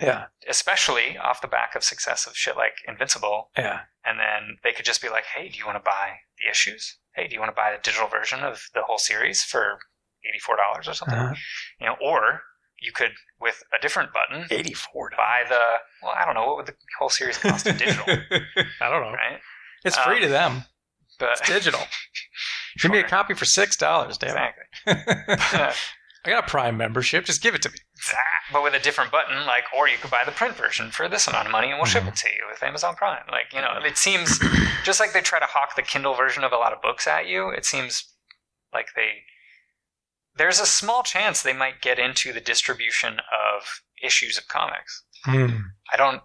C: Yeah.
A: Especially off the back of success of shit like Invincible,
C: Yeah.
A: and then they could just be like, "Hey, do you want to buy the issues? Hey, do you want to buy the digital version of the whole series for eighty-four dollars or something?"
C: Uh-huh.
A: You know, or you could with a different button
C: 84.
A: buy the. Well, I don't know what would the whole series cost in digital,
C: I don't know.
A: right?
C: It's
A: Um,
C: free to them.
A: But
C: It's digital. Give me a
A: Sure.
C: copy for six dollars, damn it.
A: exactly.
C: I got a Prime membership. Just give it to me.
A: Zap, but with a different button, like, or you could buy the print version for this amount of money, and we'll ship it to
C: Mm-hmm.
A: you with Amazon Prime. Like, you know, it seems just like they try to hawk the Kindle version of a lot of books at you. It seems like they there's a small chance they might get into the distribution of issues of comics. I don't.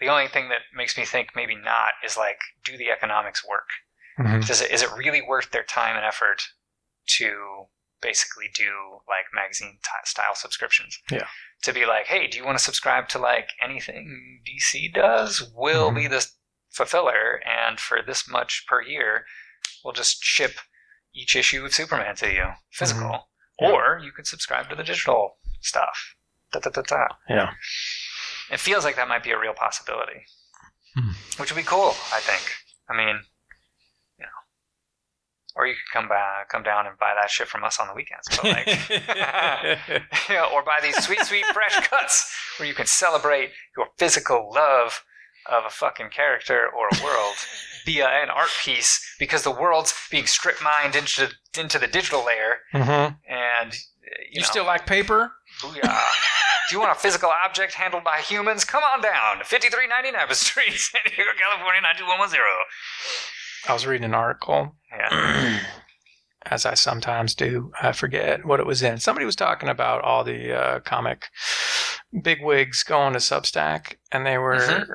A: The only thing that makes me think maybe not is like, do the economics work?
C: Mhm.
A: Does it is it really worth their time and effort to basically do like magazine t- style subscriptions?
C: Yeah.
A: To be like, hey, do you want to subscribe to like anything DC does? We'll
C: Mhm.
A: be the fulfiller, and for this much per year, we'll just ship each issue of Superman to you, physical,
C: Mm-hmm. Yeah.
A: or you could subscribe to the digital stuff. Da, da, da, da.
C: Yeah.
A: It feels like that might be a real possibility,
C: Hmm.
A: which would be cool. I think. I mean, you know, or you could come by, come down and buy that shit from us on the weekends, but like, Mm-hmm. yeah, or buy these sweet, sweet fresh cuts where you can celebrate your physical love of a fucking character or a world via an art piece because the world's being strip mined into into the digital layer
C: Mhm.
A: and uh,
C: You,
A: you, know,
C: still like paper?
A: Booyah. Do you want a physical object handled by humans? Come on down to 5390 Napa Street, San Diego, California, 92110.
C: I was reading an article,
A: Yeah.
C: as I sometimes do. I forget what it was in. Somebody was talking about all the uh, comic bigwigs going to Substack, and they were.
A: Mhm.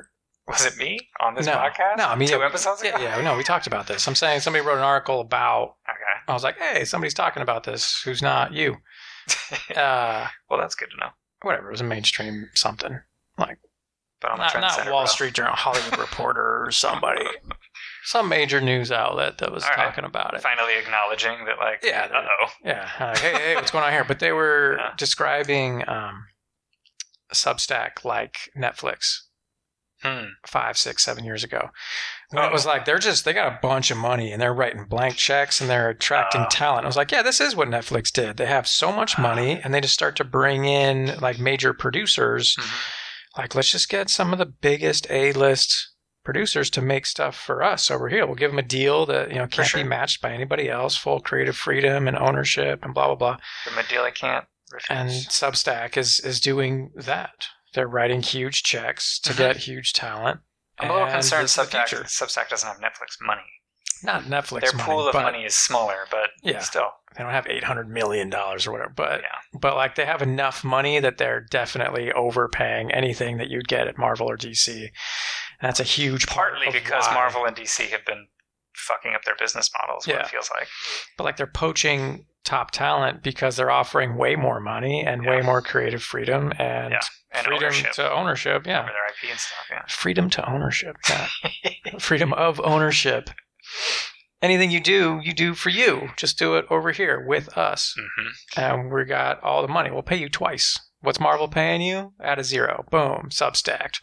A: Was it me on this
C: No.
A: podcast?
C: No, I mean,
A: two
C: yeah,
A: episodes ago?
C: Yeah, yeah, no, we talked about this. I'm saying somebody wrote an article about.
A: Okay.
C: I was like, hey, somebody's talking about this. Who's not you? Uh,
A: Well, that's good to know.
C: whatever. It was a mainstream something.
A: But I'm a
C: Not, not
A: trendsetter,
C: Wall
A: bro.
C: Street Journal, Hollywood Reporter, or somebody. some major news outlet that was
A: All right.
C: talking about it.
A: Finally acknowledging that, like,
C: Yeah,
A: uh oh,
C: Yeah. Like, hey, hey, what's going on here? But they were
A: Yeah.
C: describing um, Substack like Netflix
A: hmm,
C: five, six, seven years ago. When
A: Oh.
C: it was like they're just they got a bunch of money and they're writing blank checks and they're attracting
A: Oh.
C: talent. I was like, yeah, this is what Netflix did. They have so much money and they just start to bring in like major producers.
A: mhm.
C: Like, let's just get some of the biggest A list producers to make stuff for us over here. We'll give them a deal that you know can't
A: sure.
C: be matched by anybody else. Full creative freedom and ownership and blah blah blah
A: the Medela can't
C: and
A: refuse.
C: Substack is is doing that. They're writing huge checks to
A: Mhm.
C: get huge talent.
A: I'm a little
C: and
A: concerned
C: this is the
A: Substack,
C: future.
A: Substack doesn't have Netflix money.
C: not Netflix.
A: Their pool
C: money,
A: of
C: but
A: money is smaller, but
C: Yeah.
A: still.
C: They don't have eight hundred million dollars or whatever, but
A: Yeah.
C: but like they have enough money that they're definitely overpaying anything that you'd get at Marvel or DC. And that's a huge part
A: Partly
C: of
A: because
C: why.
A: Marvel and DC have been fucking up their business models, what
C: Yeah.
A: it feels like.
C: but like they're poaching top talent because they're offering way more money and way
A: Yeah.
C: more creative freedom and
A: Yeah. And
C: freedom
A: ownership
C: to ownership. Yeah,
A: over their IP and stuff, yeah.
C: freedom to ownership yeah. freedom of ownership anything you do you do for you just do it over here with us
A: hmm
C: and we got all the money we'll pay you twice what's marvel paying you at a zero boom substacked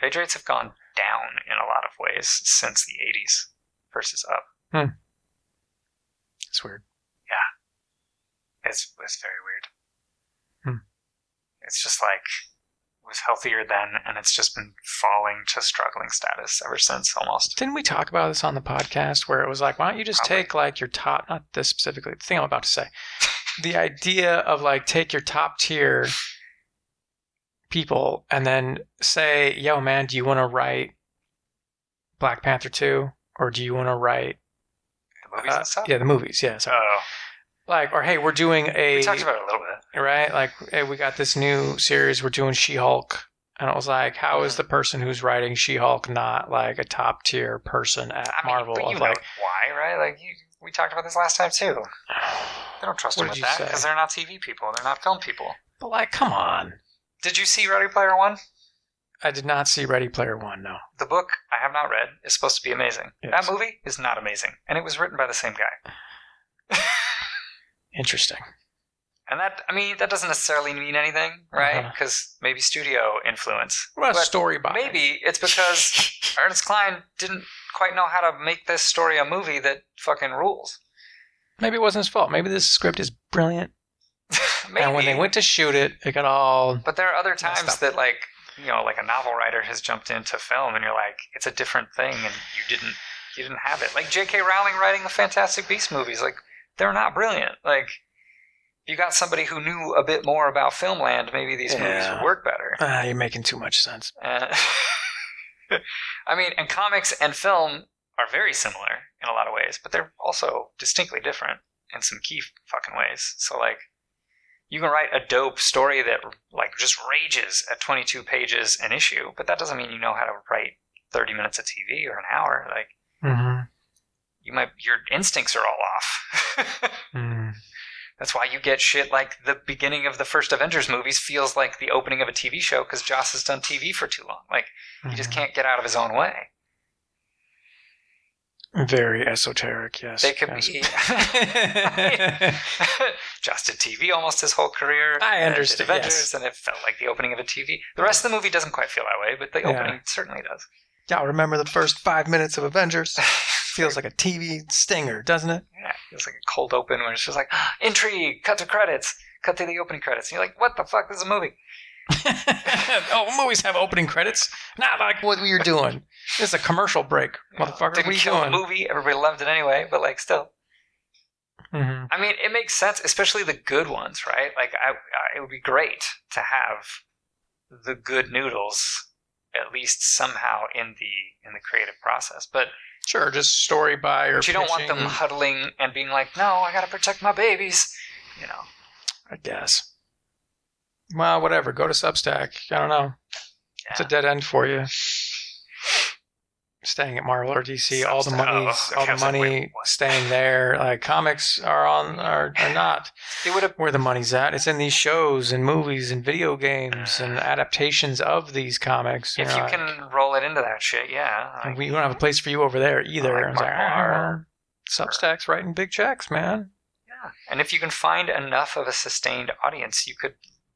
A: Page rates have gone down in a lot of ways since the 80s versus up.
C: it's weird
A: It's, it's very weird.
C: Hmm.
A: It's just like, it was healthier then, and it's just been falling to struggling status ever since almost.
C: didn't we talk about this on the podcast where it was like why don't you just
A: Probably.
C: take like your top not this specifically the thing i'm about to say the idea of like take your top tier people and then say yo man do you want to write black panther 2 or do you want to write
A: The movies
C: uh,
A: and stuff?
C: yeah the movies yeah sorry.
A: Oh,
C: like or hey we're doing a
A: we talked about it a little bit.
C: right like hey we got this new series we're doing she-hulk and it was like how
A: Mm-hmm.
C: is the person who's writing she-hulk not like a top tier person at
A: I mean,
C: marvel
A: but you
C: of
A: know
C: like
A: why, right? Like, you, we talked about this last time, too. They don't trust
C: What
A: him
C: did
A: with
C: you
A: that
C: say?
A: because they're not TV people. They're not film people.
C: But like, come on.
A: Did you see Ready Player One?
C: I did not see Ready Player One. No.
A: The book I have not read is supposed to be amazing.
C: Yes.
A: That movie is not amazing, and it was written by the same guy.
C: Interesting.
A: And that I mean that doesn't necessarily mean anything, right?
C: Uh-huh.
A: Because maybe studio influence.
C: What about
A: But
C: story by?
A: maybe it's because Ernest Klein didn't quite know how to make this story a movie that fucking rules.
C: Maybe it wasn't his fault. Maybe this script is brilliant.
A: maybe.
C: And when they went to shoot it, it got all.
A: But there are other
C: Yeah,
A: times
C: stop.
A: that like you know, like a novel writer has jumped into film, and you're like, it's a different thing, and you didn't you didn't have it. Like J.K. Rowling writing the Fantastic Beasts movies, like they're not brilliant. Like you got somebody who knew a bit more about filmland, maybe these movies
C: Yeah.
A: would work better.
C: Ah, you're making too much sense.
A: Uh, I mean, and comics and film are very similar in a lot of ways, but they're also distinctly different in some key fucking ways. So like, you can write a dope story that like just rages at 22 pages an issue, but that doesn't mean you know how to write 30 minutes of TV or an hour. Like,
C: Mm-hmm.
A: you might your instincts are all off.
C: Mm.
A: That's why you get shit like the beginning of the first Avengers movies feels like the opening of a TV show because Joss has done TV for too long. Like. He
C: Mm-hmm.
A: just can't get out of his own way.
C: Very esoteric. Yes.
A: They could
C: yes.
A: be. Just did TV almost his whole career.
C: I
A: and did
C: understand,
A: Avengers,
C: yes.
A: and it felt like the opening of a TV. The rest of the movie doesn't quite feel that way, but the
C: Yeah.
A: opening certainly does.
C: Y'all remember the first five minutes of Avengers? Feels like a TV stinger, doesn't it?
A: Yeah, it's like a cold open where it's just like intrigue, cut to credits, cut to the opening credits. And you're like, what the fuck? This is a movie.
C: oh, movies have opening credits. Not like what we are doing. This is a commercial break, motherfucker.
A: Didn't
C: what are you
A: kill
C: doing?
A: the movie. Everybody loved it anyway, but like still.
C: Mm-hmm.
A: I mean, it makes sense, especially the good ones, right? Like, I, I, it would be great to have the good noodles at least somehow in the in the creative process, but,
C: Sure, just story by or.
A: but you don't want them
C: pitching,
A: huddling and being like, "No, I got to protect my babies," you know.
C: I guess. Well, whatever. Go to Substack. I don't know. It's a
A: Yeah.
C: dead end for you. staying at Marvel or DC. all the
A: Subs- oh,
C: money,
A: okay,
C: all
A: I
C: the
A: was like,
C: money
A: wait, what?
C: staying there. Like comics are on are, are not
A: It would have.
C: where the money's at. It's in these shows and movies and video games and adaptations of these comics.
A: If you
C: know,
A: can roll it into that shit, yeah.
C: like,
A: Like,
C: we don't have a place for you over there either.
A: like
C: I was like,
A: Marvel
C: "Ah,
A: Hour."
C: Substack's writing big checks, man.
A: yeah. And if you can find enough of a sustained audience, you could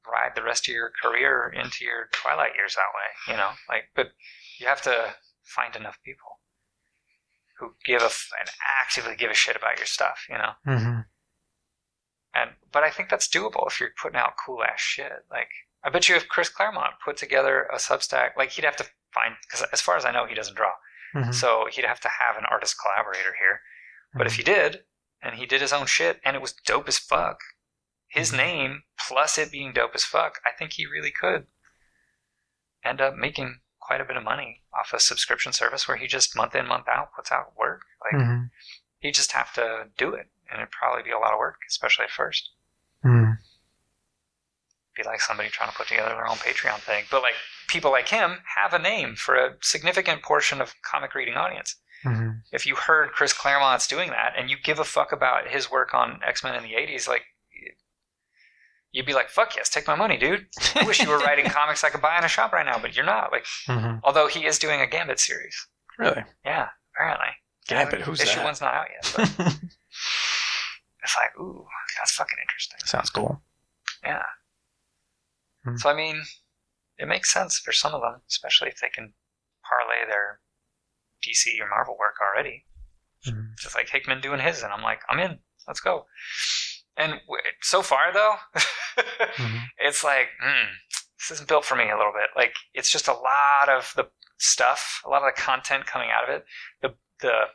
A: ride the rest of your career into your twilight years that way. You know, like, but you have to find enough people who give a f- and actively give a shit about your stuff. You know.
C: Mm-hmm.
A: And but I think that's doable if you're putting out cool ass shit. Like I bet you if Chris Claremont put together a Substack, like he'd have to find because as far as I know, he doesn't draw,
C: mm-hmm, Mm.
A: so he'd have to have an artist collaborator here. But if he did, and he did his own shit, and it was dope as fuck, his
C: Mhm.
A: name plus it being dope as fuck, I think he really could end up making quite a bit of money off a subscription service where he just month in month out puts out work. Like
C: Mm. mm-hmm,
A: he'd just have to do it, and it'd probably be a lot of work, especially at first.
C: mm-hmm.
A: be like somebody trying to put together their own Patreon thing. But like people like him have a name for a significant portion of comic reading audience. If you heard Chris Claremont's doing that and you give a fuck about his work on X Men in the '80s, like you'd be like, "Fuck yes, take my money, dude." I wish you were writing comics I could buy in a shop right now, but you're not. Like, although he is doing a Gambit series,
C: Really?
A: yeah, apparently.
B: Gambit, who's
A: issue
B: that?
A: one's not out yet. But it's like, ooh, that's fucking interesting.
C: Sounds cool.
A: Yeah.
C: Hmm.
A: So I mean, it makes sense for some of them, especially if they can parlay their DC or Marvel work already.
C: Mhm.
A: Just like Hickman doing his, and I'm like, I'm in. Let's go. And w- so far, though,
C: Mhm.
A: it's like mm, this isn't built for me a little bit. Like it's just a lot of the stuff, a lot of the content coming out of it. The the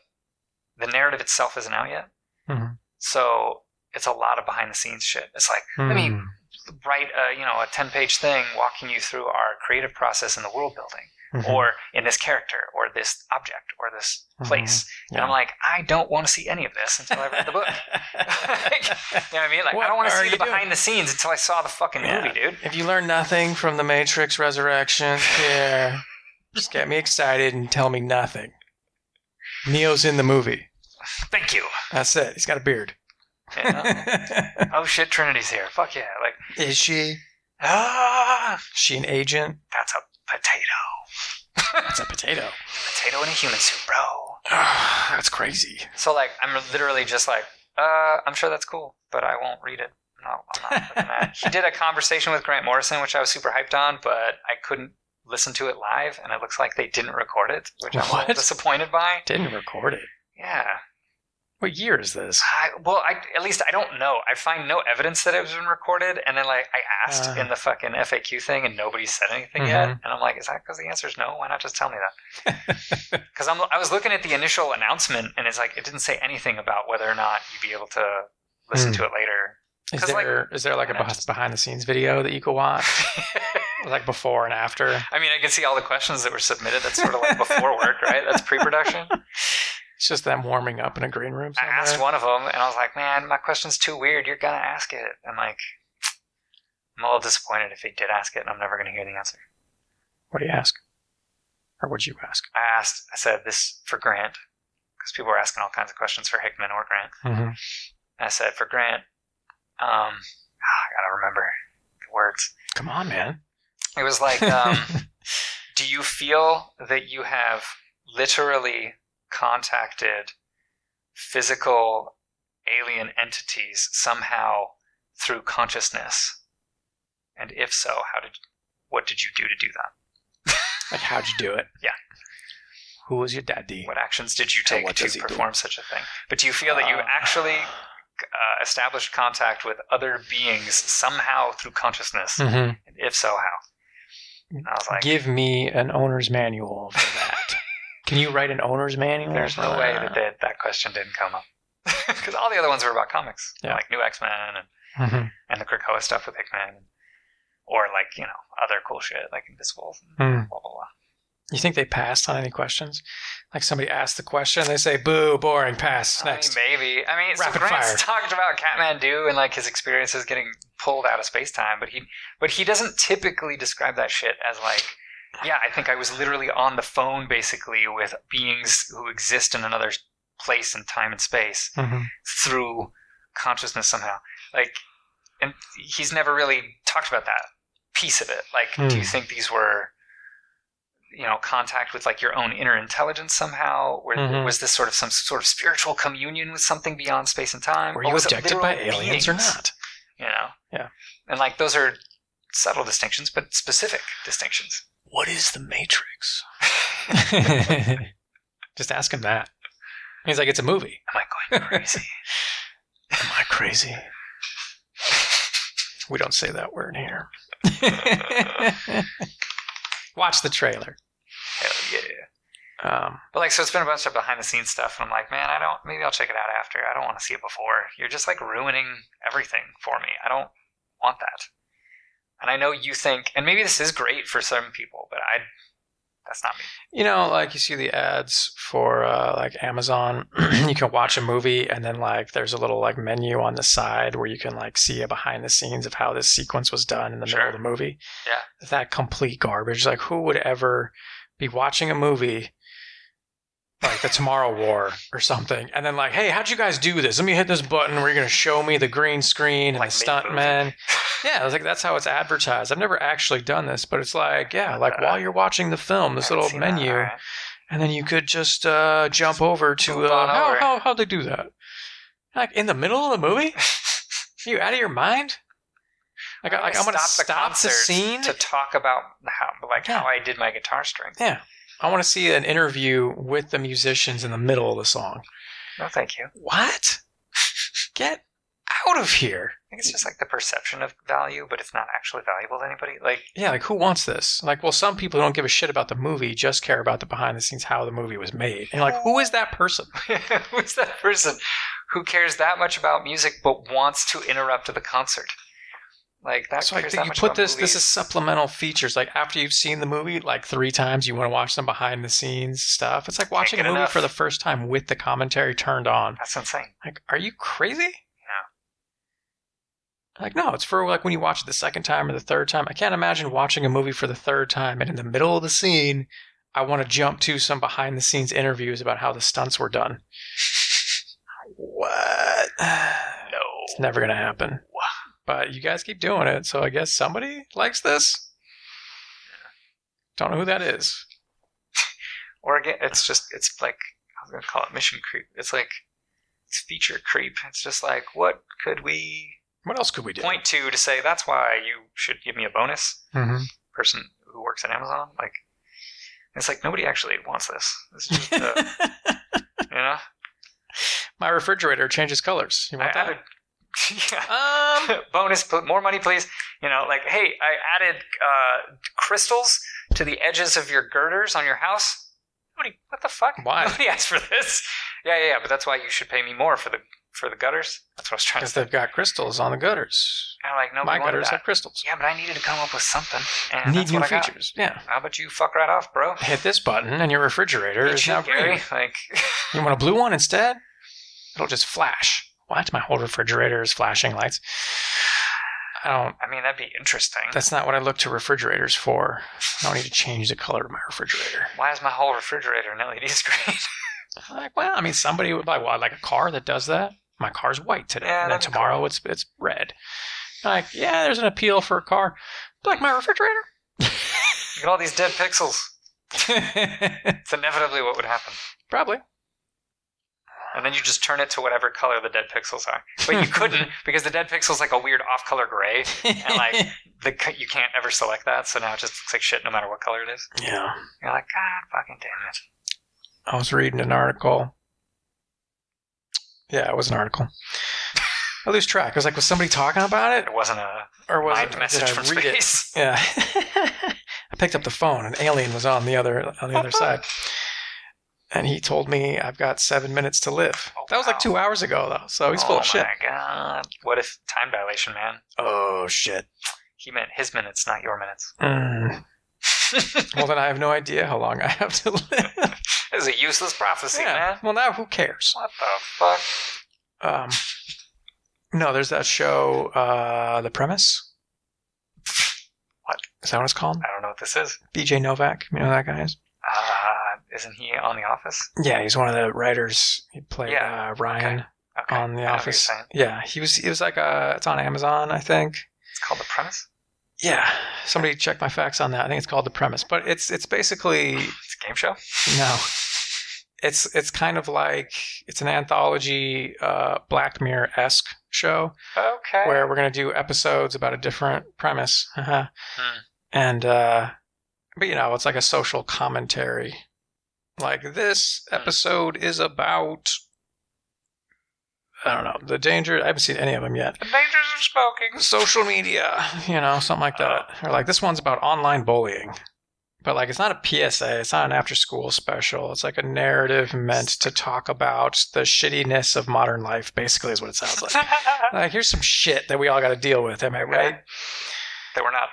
A: the narrative itself isn't out yet,
C: Mhm.
A: so it's a lot of behind the scenes shit. It's like I mean,
C: Mhm.
A: write a you know a 10 page thing walking you through our creative process in the world building
C: Mm-hmm.
A: or in this character or this object or this place and i'm
C: Yeah.
A: like i don't want to see any of this until i read the book Mm-hmm. you know what i mean like
C: What
A: i don't want to
C: are
A: see
C: you
A: the behind the scenes until i saw the fucking
C: Yeah.
A: movie dude
C: If you learn nothing from the Matrix Resurrection, here, just get me excited and tell me nothing. Neo's in the movie.
A: thank you
C: That's it. He's got a beard.
A: Yeah. oh shit trinity's here fuck yeah like
C: Is she?
A: ah
C: She an agent?
A: that's a potato
C: That's a potato.
A: potato in a human suit bro
C: Ah, That's crazy.
A: so like i'm literally just like uh i'm sure that's cool but i won't read it no i'm not looking at it. he did a conversation with Grant Morrison, which I was super hyped on, but I couldn't listen to it live, and it looks like they didn't record it, which I'm a little
C: What?
A: disappointed by.
C: Didn't record it.
A: Yeah.
C: What year is this?
A: I, well, I, at least I don't know. I find no evidence that it was been recorded, and then like I asked
C: Uh. Mm-hmm.
A: in the fucking FAQ thing, and nobody said anything yet. And I'm like, is that because the answer is no? Why not just tell me that? Because I'm I was looking at the initial announcement, and it's like it didn't say anything about whether or not you'd be able to listen
C: Hmm.
A: to it later.
C: Is
A: 'Cause, like-
C: there is there like a beh- behind the scenes video that you could watch, like before and after?
A: I mean, I can see all the questions that were submitted. That's sort of like before work, right? That's pre-production.
C: It's just them warming up in a green room.
A: I
C: Somewhere.
A: asked one of them, and I was like, "Man, my question's too weird. You're gonna ask it." And like, I'm a little disappointed if he did ask it, and I'm never gonna hear the answer.
C: What do you ask? Or would you ask?
A: I asked. I said this for Grant because people were asking all kinds of questions for Hickman or Grant.
C: Mm-hmm.
A: And I said for Grant, um, ah, I gotta remember the words.
C: Come on, man.
A: It was like, um, do you feel that you have literally contacted physical alien entities somehow through consciousness and if so how did what did you do to do that
C: like, how'd you do it?
A: Yeah.
C: Who was your daddy?
A: what actions did you
C: And
A: take
C: what does
A: to
C: he do?
A: perform such a thing but do you feel that you
C: Ah.
A: actually uh, established contact with other beings somehow through consciousness
C: Mhm.
A: and if so how and i was like
C: Give me an owner's manual for that. Can you write an owner's manual?
A: There's
C: for
A: no way that that, that question didn't come up. Because all the other ones were about comics,
C: Yeah.
A: like New X Men and,
C: Mhm.
A: and the Krakoa stuff with Hickman, or like you know other cool shit like Invisibles, and
C: Hmm.
A: blah blah blah.
C: You think they passed on any questions? Like somebody asked the question, they say, "Boo, boring, pass."
A: I mean,
C: Next.
A: maybe I mean, so
C: Rapid
A: Grant's talked about Catmandu and like his experiences getting pulled out of space time, but he but he doesn't typically describe that shit as like yeah, I think I was literally on the phone basically with beings who exist in another place and time and space
C: Mhm.
A: through consciousness somehow. Like, and he's never really talked about that piece of it. Like, do you
C: Hmm.
A: think these were, you know, contact with like your own inner intelligence somehow? Or
C: Mhm.
A: was this sort of some sort of spiritual communion with something beyond space and time?
C: Were
A: Or
C: you
A: was it
C: abducted by
A: literal
C: aliens or
A: beings?
C: not?
A: You know?
C: Yeah.
A: And like, those are subtle distinctions, but specific distinctions.
B: What is the Matrix?
C: Just ask him that. He's like, it's a movie.
A: Am I going crazy?
B: Am I crazy?
C: We don't say that word here. Watch the trailer.
A: Hell yeah.
C: Um,
A: But like, so it's been a bunch of behind the scenes stuff, and I'm like, man, I don't. Maybe I'll check it out after. I don't want to see it before. You're just like ruining everything for me. I don't want that. And I know you think, and maybe this is great for some people, but I, that's not me.
C: you know, like you see the ads for uh, like Amazon. you can watch a movie, and then like there's a little like menu on the side where you can like see a behind the scenes of how this sequence was done in the
A: Sure.
C: middle of the movie.
A: Yeah.
C: that complete garbage. Like, who would ever be watching a movie? Like the Tomorrow War or something, and then like, hey, how'd you guys do this? Let me hit this button. Where you are gonna show me the green screen and
A: Like
C: the
A: mid-movie.
C: stuntmen? Yeah, it's like that's how it's advertised. I've never actually done this, but it's like, yeah, like
A: Uh,
C: while you're watching the film, this
A: I haven't
C: little
A: seen that.
C: menu,
A: All right.
C: and then you could just uh, jump over to
A: Move
C: uh,
A: on
C: how,
A: over.
C: how how'd they do that? Like in the middle of the movie? Are you out of your mind? Like, I- like I'm gonna
A: the
C: stop the,
A: concert
C: scene.
A: to talk about how, like,
C: Yeah.
A: how I did my guitar string.
C: I want to see an interview with the musicians in the middle of the song.
A: No, thank you.
C: What? Get out of here!
A: I think it's just like the perception of value, but it's not actually valuable to anybody. Like,
C: Yeah, like who wants this? Like, well, some people who don't give a shit about the movie, just care about the behind the scenes how the movie was made. And you're like, who is that person?
A: Who's that person who cares that much about music but wants to interrupt the concert? Like that.
C: So I
A: cares
C: think
A: that
C: you
A: much
C: put
A: about
C: this.
A: movies.
C: This is supplemental features. Like after you've seen the movie like three times, you want to watch some behind the scenes stuff. It's like watching a
A: get
C: movie
A: enough.
C: for the first time with the commentary turned on.
A: that's insane.
C: Like, are you crazy? Yeah. Like, no, it's for like when you watch it the second time or the third time. I can't imagine watching a movie for the third time and in the middle of the scene, I want to jump to some behind the scenes interviews about how the stunts were done. What?
A: No.
C: It's never going to happen. But you guys keep doing it, so I guess somebody likes this. Don't know who that is.
A: Or again, it's just it's like I was gonna call it mission creep. It's like it's feature creep. It's just like what could we
C: What else could we do?
A: point to to say that's why you should give me a bonus
C: Mm-hmm.
A: person who works at Amazon? Like it's like nobody actually wants this. It's just uh,
C: Mhm.
A: you know.
C: My refrigerator changes colors. You
A: I
C: want
A: added, yeah.
C: that? Um,
A: bonus pl- more money please you know like hey i added uh, crystals to the edges of your girders on your house Nobody, what the fuck
C: Why?
A: nobody asked for this yeah yeah yeah but that's why you should pay me more for the for the gutters that's what i was trying to
C: Because
A: say
C: they've got crystals on the gutters.
A: i'm like nobody
C: My
A: wanted
C: gutters
A: that.
C: have crystals.
A: yeah but i needed to come up with something and
C: Need
A: that's
C: new
A: what I got.
C: features. Yeah.
A: how about you fuck right off bro
C: Hit this button and your refrigerator
A: Eat
C: is
A: shit,
C: now
A: Gary.
C: green.
A: like
C: You want a blue one instead? It'll just flash. What? My whole refrigerator is flashing lights. I don't.
A: i mean that'd be interesting
C: That's not what I look to refrigerators for. I don't need to change the color of my refrigerator.
A: why is my whole refrigerator an led screen
C: Like, well, I mean, somebody would like, well, I'd like a car that does that. My car's white today,
A: Yeah,
C: and then
A: that'd be
C: tomorrow it's it's red. Like, yeah, there's an appeal for a car, but like my refrigerator.
A: look at all these dead pixels it's inevitably what would happen
C: Probably.
A: and then you just turn it to whatever color the dead pixels are. But you couldn't because the dead pixel's like a weird off-color gray, and like the c- you can't ever select that. So now it just looks like shit no matter what color it is.
C: yeah.
A: You're like, God, fucking damn it!
C: I was reading an article. Yeah, it was an article. I lose track. I was like, was somebody talking about it,
A: It wasn't a
C: or was
A: mind
C: it,
A: message
C: did I
A: from
C: read it?
A: space.
C: Yeah. I picked up the phone. An alien was on the other on the other side, and he told me I've got seven minutes to live.
A: Oh,
C: that was like
A: wow.
C: two hours ago, though. So he's
A: oh
C: full
A: my
C: of shit.
A: God! What if time dilation, man?
C: Oh shit.
A: He meant his minutes, not your minutes.
C: Mm. well, then I have no idea how long I have to live.
A: This is a useless prophecy,
C: yeah.
A: man.
C: Well, now who cares?
A: What the fuck?
C: Um, no, there's that show, uh, The Premise.
A: What?
C: Is that what it's called?
A: I don't know what this is.
C: BJ Novak. You know who that guy is?
A: Uh, isn't he on The Office?
C: Yeah, he's one of the writers. He played
A: Yeah,
C: uh, Ryan
A: Okay.
C: on
A: I know
C: The
A: what you're
C: Office.
A: saying.
C: Yeah, he was. He was like uh It's on Amazon, I think.
A: It's called The Premise.
C: Yeah, somebody check my facts on that. I think it's called The Premise, but it's it's basically
A: It's a game show.
C: no. It's it's kind of like it's an anthology uh, Black Mirror esque show.
A: Okay.
C: where we're going to do episodes about a different premise. Uh-huh.
A: Hmm.
C: And, uh, but you know, it's like a social commentary. Like this
A: Hmm.
C: episode is about, I don't know, the danger. I haven't seen any of them yet.
A: the dangers of smoking.
C: Social media, you know, something like that.
A: Oh.
C: or like this one's about online bullying. But like, it's not a PSA. It's
A: Mm.
C: not an after-school special. It's like a narrative meant to talk about the shittiness of modern life. Basically, is what it sounds like. Like, here's some shit that we all got to deal with. Am I right?
A: that we're not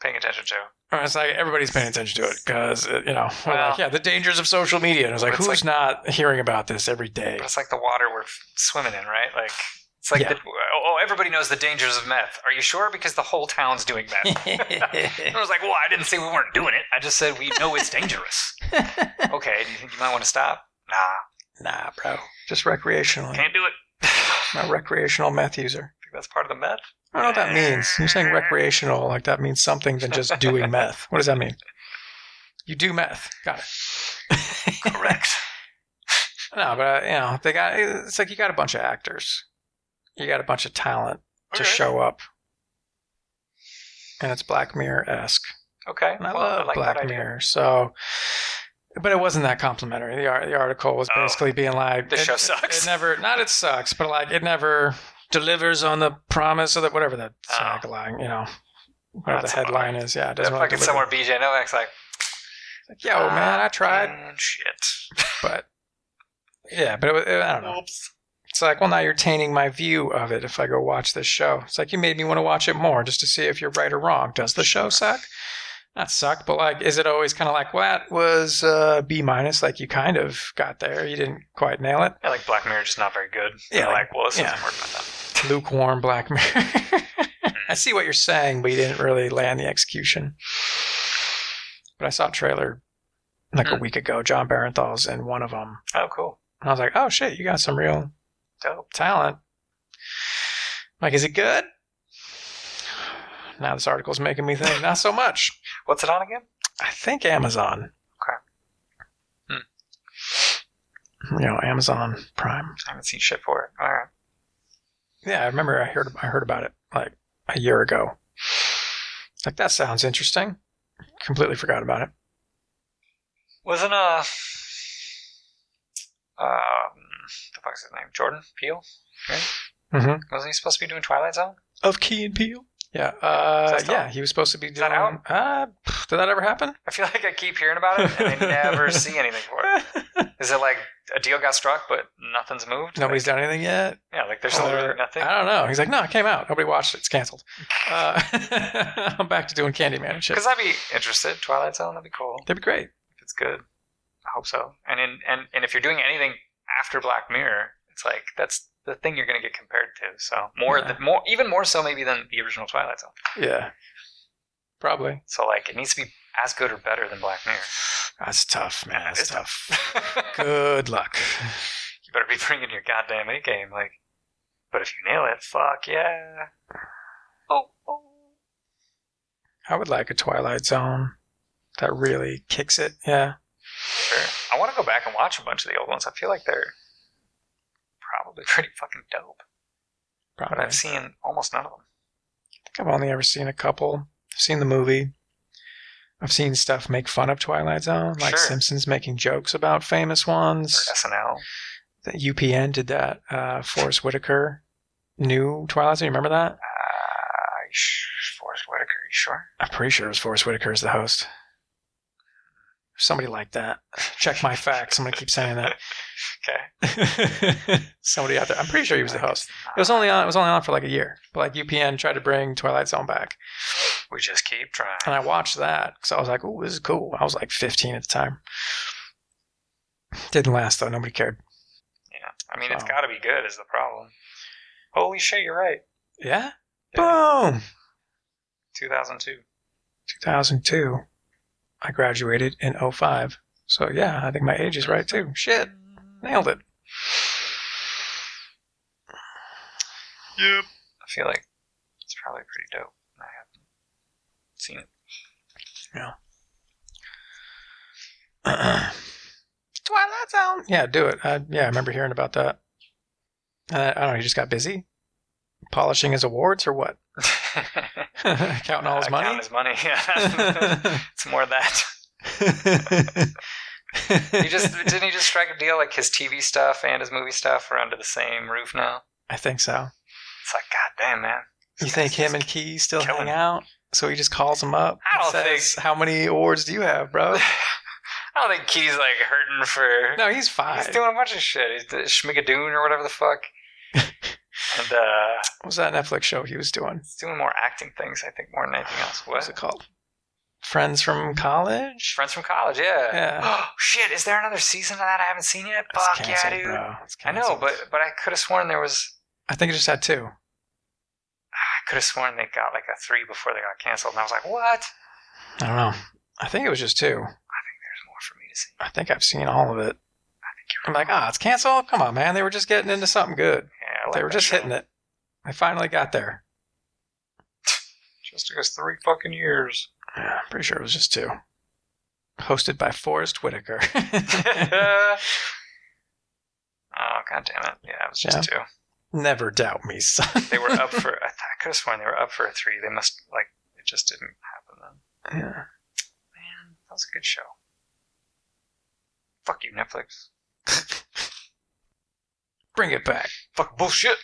A: paying attention to.
C: Or it's like everybody's paying attention to it because you know, we're
A: Well-
C: like, yeah, the dangers of social media. And it's like,
A: It's
C: who's
A: like-
C: not hearing about this every day?
A: But it's like the water we're f- swimming in, right? Like it's like
C: Yeah.
A: the, oh, oh, everybody knows the dangers of meth. Are you sure? Because the whole town's doing meth. And I was like, well, I didn't say we weren't doing it. I just said we know it's dangerous. okay, do you think you might want to stop? Nah,
C: nah, bro, just recreationally.
A: can't do it. I
C: I'm a recreational meth user.
A: think that's part of the meth.
C: I don't know what that means. You're saying recreational, like that means something than just doing meth. What does that mean? You do meth. Got it.
A: Correct.
C: no, but uh, you know, they got. It's like you got a bunch of actors. You got a bunch of talent to
A: Okay.
C: show up. And it's Black Mirror esque.
A: Okay,
C: And I
A: well,
C: love
A: like that
C: Black
A: idea.
C: Mirror. So, but it wasn't that complimentary. The, ar- the article was
A: Oh.
C: basically being like,
A: The
C: it-
A: show sucks.
C: It never, not it sucks, but like it never delivers on the promise of that whatever that
A: Oh.
C: tagline, you know, whatever
A: That's
C: the headline is. Yeah, it doesn't
A: Yeah,
C: really
A: fucking
C: deliver.
A: somewhere BJ Novak's like,
C: Like, Yo, man, I tried,
A: "Mm, Shit.
C: but yeah, but it, was- I don't know.
A: Oops.
C: It's like, well, now you're tainting my view of it if I go watch this show. It's like you made me want to watch it more just to see if you're right or wrong. Does the show suck? Not suck, but like, is it always kind of like, well, that was uh, B minus? Like, you kind of got there. You didn't quite nail it.
A: Yeah, like Black Mirror, just not very good.
C: Yeah,
A: Yeah,
C: like-
A: like, well, this
C: yeah.
A: isn't working on that.
C: Lukewarm Black Mirror. I see what you're saying, but you didn't really land the execution. But I saw a trailer like a
A: Hmm.
C: week ago. John Barenthal's in one of them.
A: Oh, cool.
C: And I was like, oh shit, you got some real
A: Dope.
C: talent. Like, is it good? Now this article's making me think, not so much.
A: What's it on again?
C: I think Amazon. Okay. Hmm. You know, Amazon Prime.
A: I haven't seen shit for it. All right.
C: Yeah, I remember I heard I heard about it like a year ago. Like that sounds interesting. Completely forgot about it.
A: Wasn't uh um the fuck's his name? Jordan Peele?
C: Mm-hmm.
A: Wasn't he supposed to be doing Twilight Zone?
C: Of Key and Peele. Yeah.
A: Is
C: Uh,
A: that still-
C: yeah, he was supposed to be
A: that
C: doing. Uh, did that ever happen?
A: I feel like I keep hearing about it and I never see anything for it. Is it like a deal got struck but nothing's moved?
C: Nobody's done anything yet.
A: Like, yeah, like there's
C: Or-
A: literally nothing.
C: Oh, I don't know. He's like, no, it came out. Nobody watched it. It's canceled. Uh, I'm back to doing Candyman and shit.
A: Because I'd be interested. Twilight Zone, that'd be cool.
C: That'd be great.
A: If it's good. I hope so. And in and, and if you're doing anything after Black Mirror, it's like that's the thing you're gonna get compared to. So more
C: Yeah.
A: than more even more so maybe than the original Twilight Zone.
C: Yeah. Probably.
A: So like it needs to be as good or better than Black Mirror.
C: That's tough, man. That's
A: It's
C: tough. Good luck.
A: you better be bringing your goddamn A game. Like, but if you nail it, fuck yeah. Oh, oh.
C: I would like a Twilight Zone that really kicks it. Yeah.
A: Sure. I want to go back and watch a bunch of the old ones. I feel like they're probably pretty fucking dope.
C: Probably.
A: But I've seen almost none of them.
C: I've only ever seen a couple. I've seen the movie. I've seen stuff make fun of Twilight Zone, like
A: Sure.
C: Simpsons making jokes about famous
A: Or
C: ones.
A: SNL.
C: The UPN did that. Uh, Forrest Whitaker knew Twilight Zone. You remember that?
A: Uh, sh- Forrest Whitaker, you sure?
C: I'm pretty sure it was Forrest Whitaker as the host. Somebody like that. Check my facts. I'm going to keep saying
A: Okay.
C: that. Somebody out there. I'm pretty sure he was the host. It was only on. It was only on for like a year. But like UPN tried to bring Twilight Zone back,
A: We just keep trying.
C: and I watched that because I was like, "Ooh, this is cool." I was like 15 at the time. Didn't last though. Nobody cared.
A: Yeah. I mean, it's
C: So.
A: got to be good, is the problem. Holy shit, you're right.
C: Yeah.
A: Yeah.
C: Boom.
A: 2002.
C: 2002. I graduated in 05. So yeah, I think my age is right too. Shit, nailed it.
A: Yep. I feel like it's probably pretty dope. I haven't seen it.
C: Twilight Zone. Yeah, do it. I, yeah, I remember hearing about that. Uh, I don't know. He just got busy polishing his awards or what? Counting all his
A: Uh,
C: money.
A: Count his money. Yeah. it's more that. He just didn't he just strike a deal like his TV stuff and his movie stuff are under the same roof now.
C: I think so.
A: It's like God damn man.
C: You think him and Key still
A: Killing
C: hang
A: it.
C: out? So he just calls him up.
A: I
C: and
A: don't think-
C: says, How many awards do you have, bro?
A: I don't think Key's like hurting for.
C: No, he's fine.
A: he's doing a bunch of shit. He's the Schmigadoon or whatever the fuck. and uh,
C: what was that Netflix show he was doing?
A: he's doing more acting things, I think, more than anything else.
C: What was
A: What? Mm-hmm.
C: it called? Friends from college.
A: Friends from college, yeah.
C: Yeah.
A: Oh shit! Is there another season of that I haven't seen yet?
C: It's
A: Fuck
C: canceled,
A: yeah, dude.
C: bro. It's
A: I know,
C: canceled.
A: but but I could have sworn there was.
C: I think it just had two.
A: I could have sworn they got like a three before they got canceled, and I was like, what?
C: I don't know. I think it was just two.
A: There's more for me to see.
C: I think I've seen all of it. I'm like, ah, it's canceled. Come on, man. They were just getting into something good.
A: Yeah, I like
C: They were
A: that
C: just
A: show.
C: hitting it. They finally got there.
A: Just took us three fucking years.
C: Yeah, I'm pretty sure it was just two. Hosted by Forrest Whitaker.
A: oh god damn it! Yeah, it was just two.
C: Never doubt me, son.
A: They were up for. I, th- I could have sworn they were up for a three. They must like it just didn't happen then.
C: Yeah.
A: Man, that was a good show. Fuck you, Netflix.
C: Bring it back.
A: Fuck bullshit.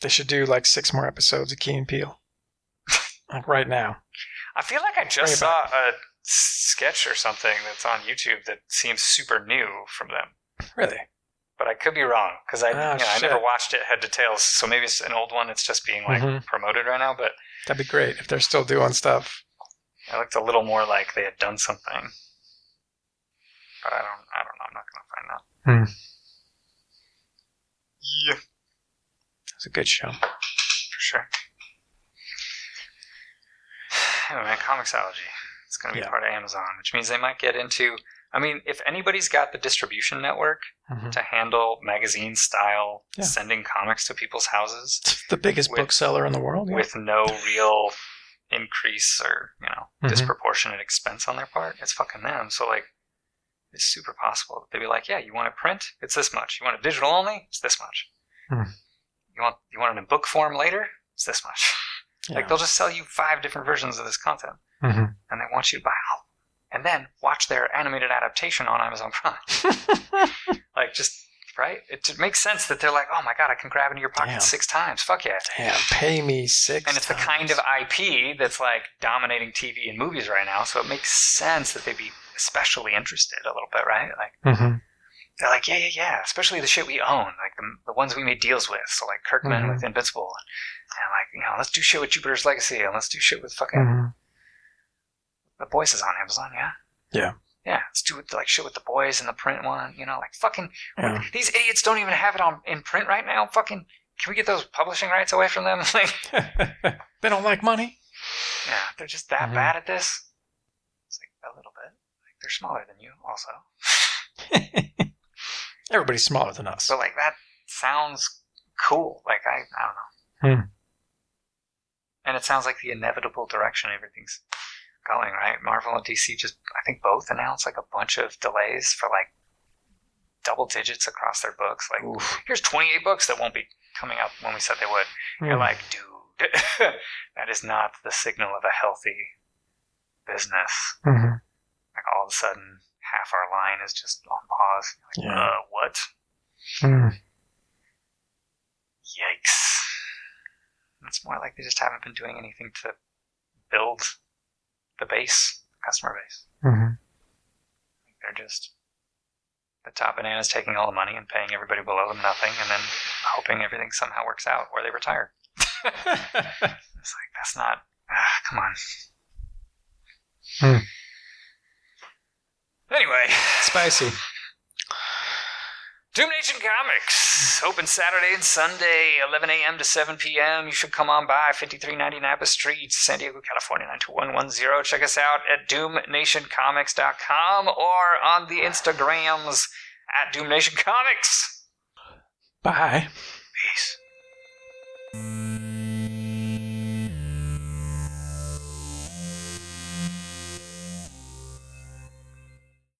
C: They should do like six more episodes of Key and Peele. like right now.
A: I feel like I
C: Bring
A: just
C: it
A: saw a sketch or something that's on YouTube that seems super new from them.
C: Really?
A: But I could be wrong because I,
C: Oh,
A: you know, I
C: shit.
A: never watched it head to tails. So maybe it's an old one. It's just being like
C: Mhm.
A: promoted right now. But
C: That'd be great if they're still doing stuff.
A: it looked a little more like they had done something. But I don't. I don't know. I'm not gonna find out.
C: Hmm.
A: Yeah,
C: It's a good show.
A: for sure. Anyway, man, comicsology. It's gonna be
C: Yeah.
A: part of Amazon, which means they might get into. I mean, if anybody's got the distribution network,
C: Mhm.
A: to handle magazine style
C: Yeah.
A: sending comics to people's houses
C: It's the biggest
A: With-
C: bookseller in the world. Yeah.
A: with no real increase or you know
C: Mhm.
A: disproportionate expense on their part it's fucking them so like it's super possible that they'd be like yeah you want it print it's this much you want it digital only it's this much
C: Hmm.
A: you want you want it in book form later it's this much
C: Yeah.
A: like they'll just sell you five different versions of this content
C: Mhm.
A: and they want you to buy all of them. and then watch their animated adaptation on Amazon Prime. like just right, it just makes sense that they're like, oh my god, I can grab into your pocket
C: Damn.
A: six times. Fuck yeah!
C: Damn, pay me six.
A: And it's the kind of
C: times.
A: IP that's like dominating TV and movies right now, so it makes sense that they'd be especially interested a little bit, right? Like
C: Mhm.
A: they're like, yeah, yeah, yeah, especially the shit we own, like the, the ones we made deals with. So like Kirkman
C: Mhm.
A: with Invincible, and like you know, let's do shit with Jupiter's Legacy, and let's do shit with fucking
C: Mhm.
A: The Boys is on Amazon, yeah?
C: Mm-hmm. Yeah.
A: Yeah, let's do it, like shit with The Boys and the print one, you know, like fucking
C: Yeah.
A: these idiots don't even have it on in print right now. Fucking can we get those publishing rights away from them? Like
C: they don't like money.
A: yeah, they're just that
C: Mhm.
A: bad at this. It's like a little bit. Like they're smaller than you also.
C: Everybody's smaller than us.
A: So like that sounds cool. Like I I don't know.
C: Hmm.
A: And it sounds like the inevitable direction everything's going, right? Marvel and DC just I think both announced like a bunch of delays for like double digits across their books. Like
C: Oof.
A: here's 28 books that won't be coming out when we said they would. You're
C: Mm.
A: like, dude, that is not the signal of a healthy business.
C: Mhm.
A: Like all of a sudden, half our line is just on pause. Like,
C: Yeah.
A: Uh, what?
C: Mm.
A: Yikes! It's more like they just haven't been doing anything to build the base, customer base.
C: Mhm.
A: They're just the top bananas taking all the money and paying everybody below them nothing, and then hoping everything somehow works out, or they retire. It's like that's not. ah, come on. Anyway,
C: Spicy.
A: Doom Nation Comics open Saturday and Sunday, 11 a.m. to 7 p.m. You should come on by 5390 Napa Street, San Diego, California 92110. Check us out at doomnationcomics.com or on the Instagrams at Doom Nation Comics.
C: Bye.
A: Peace.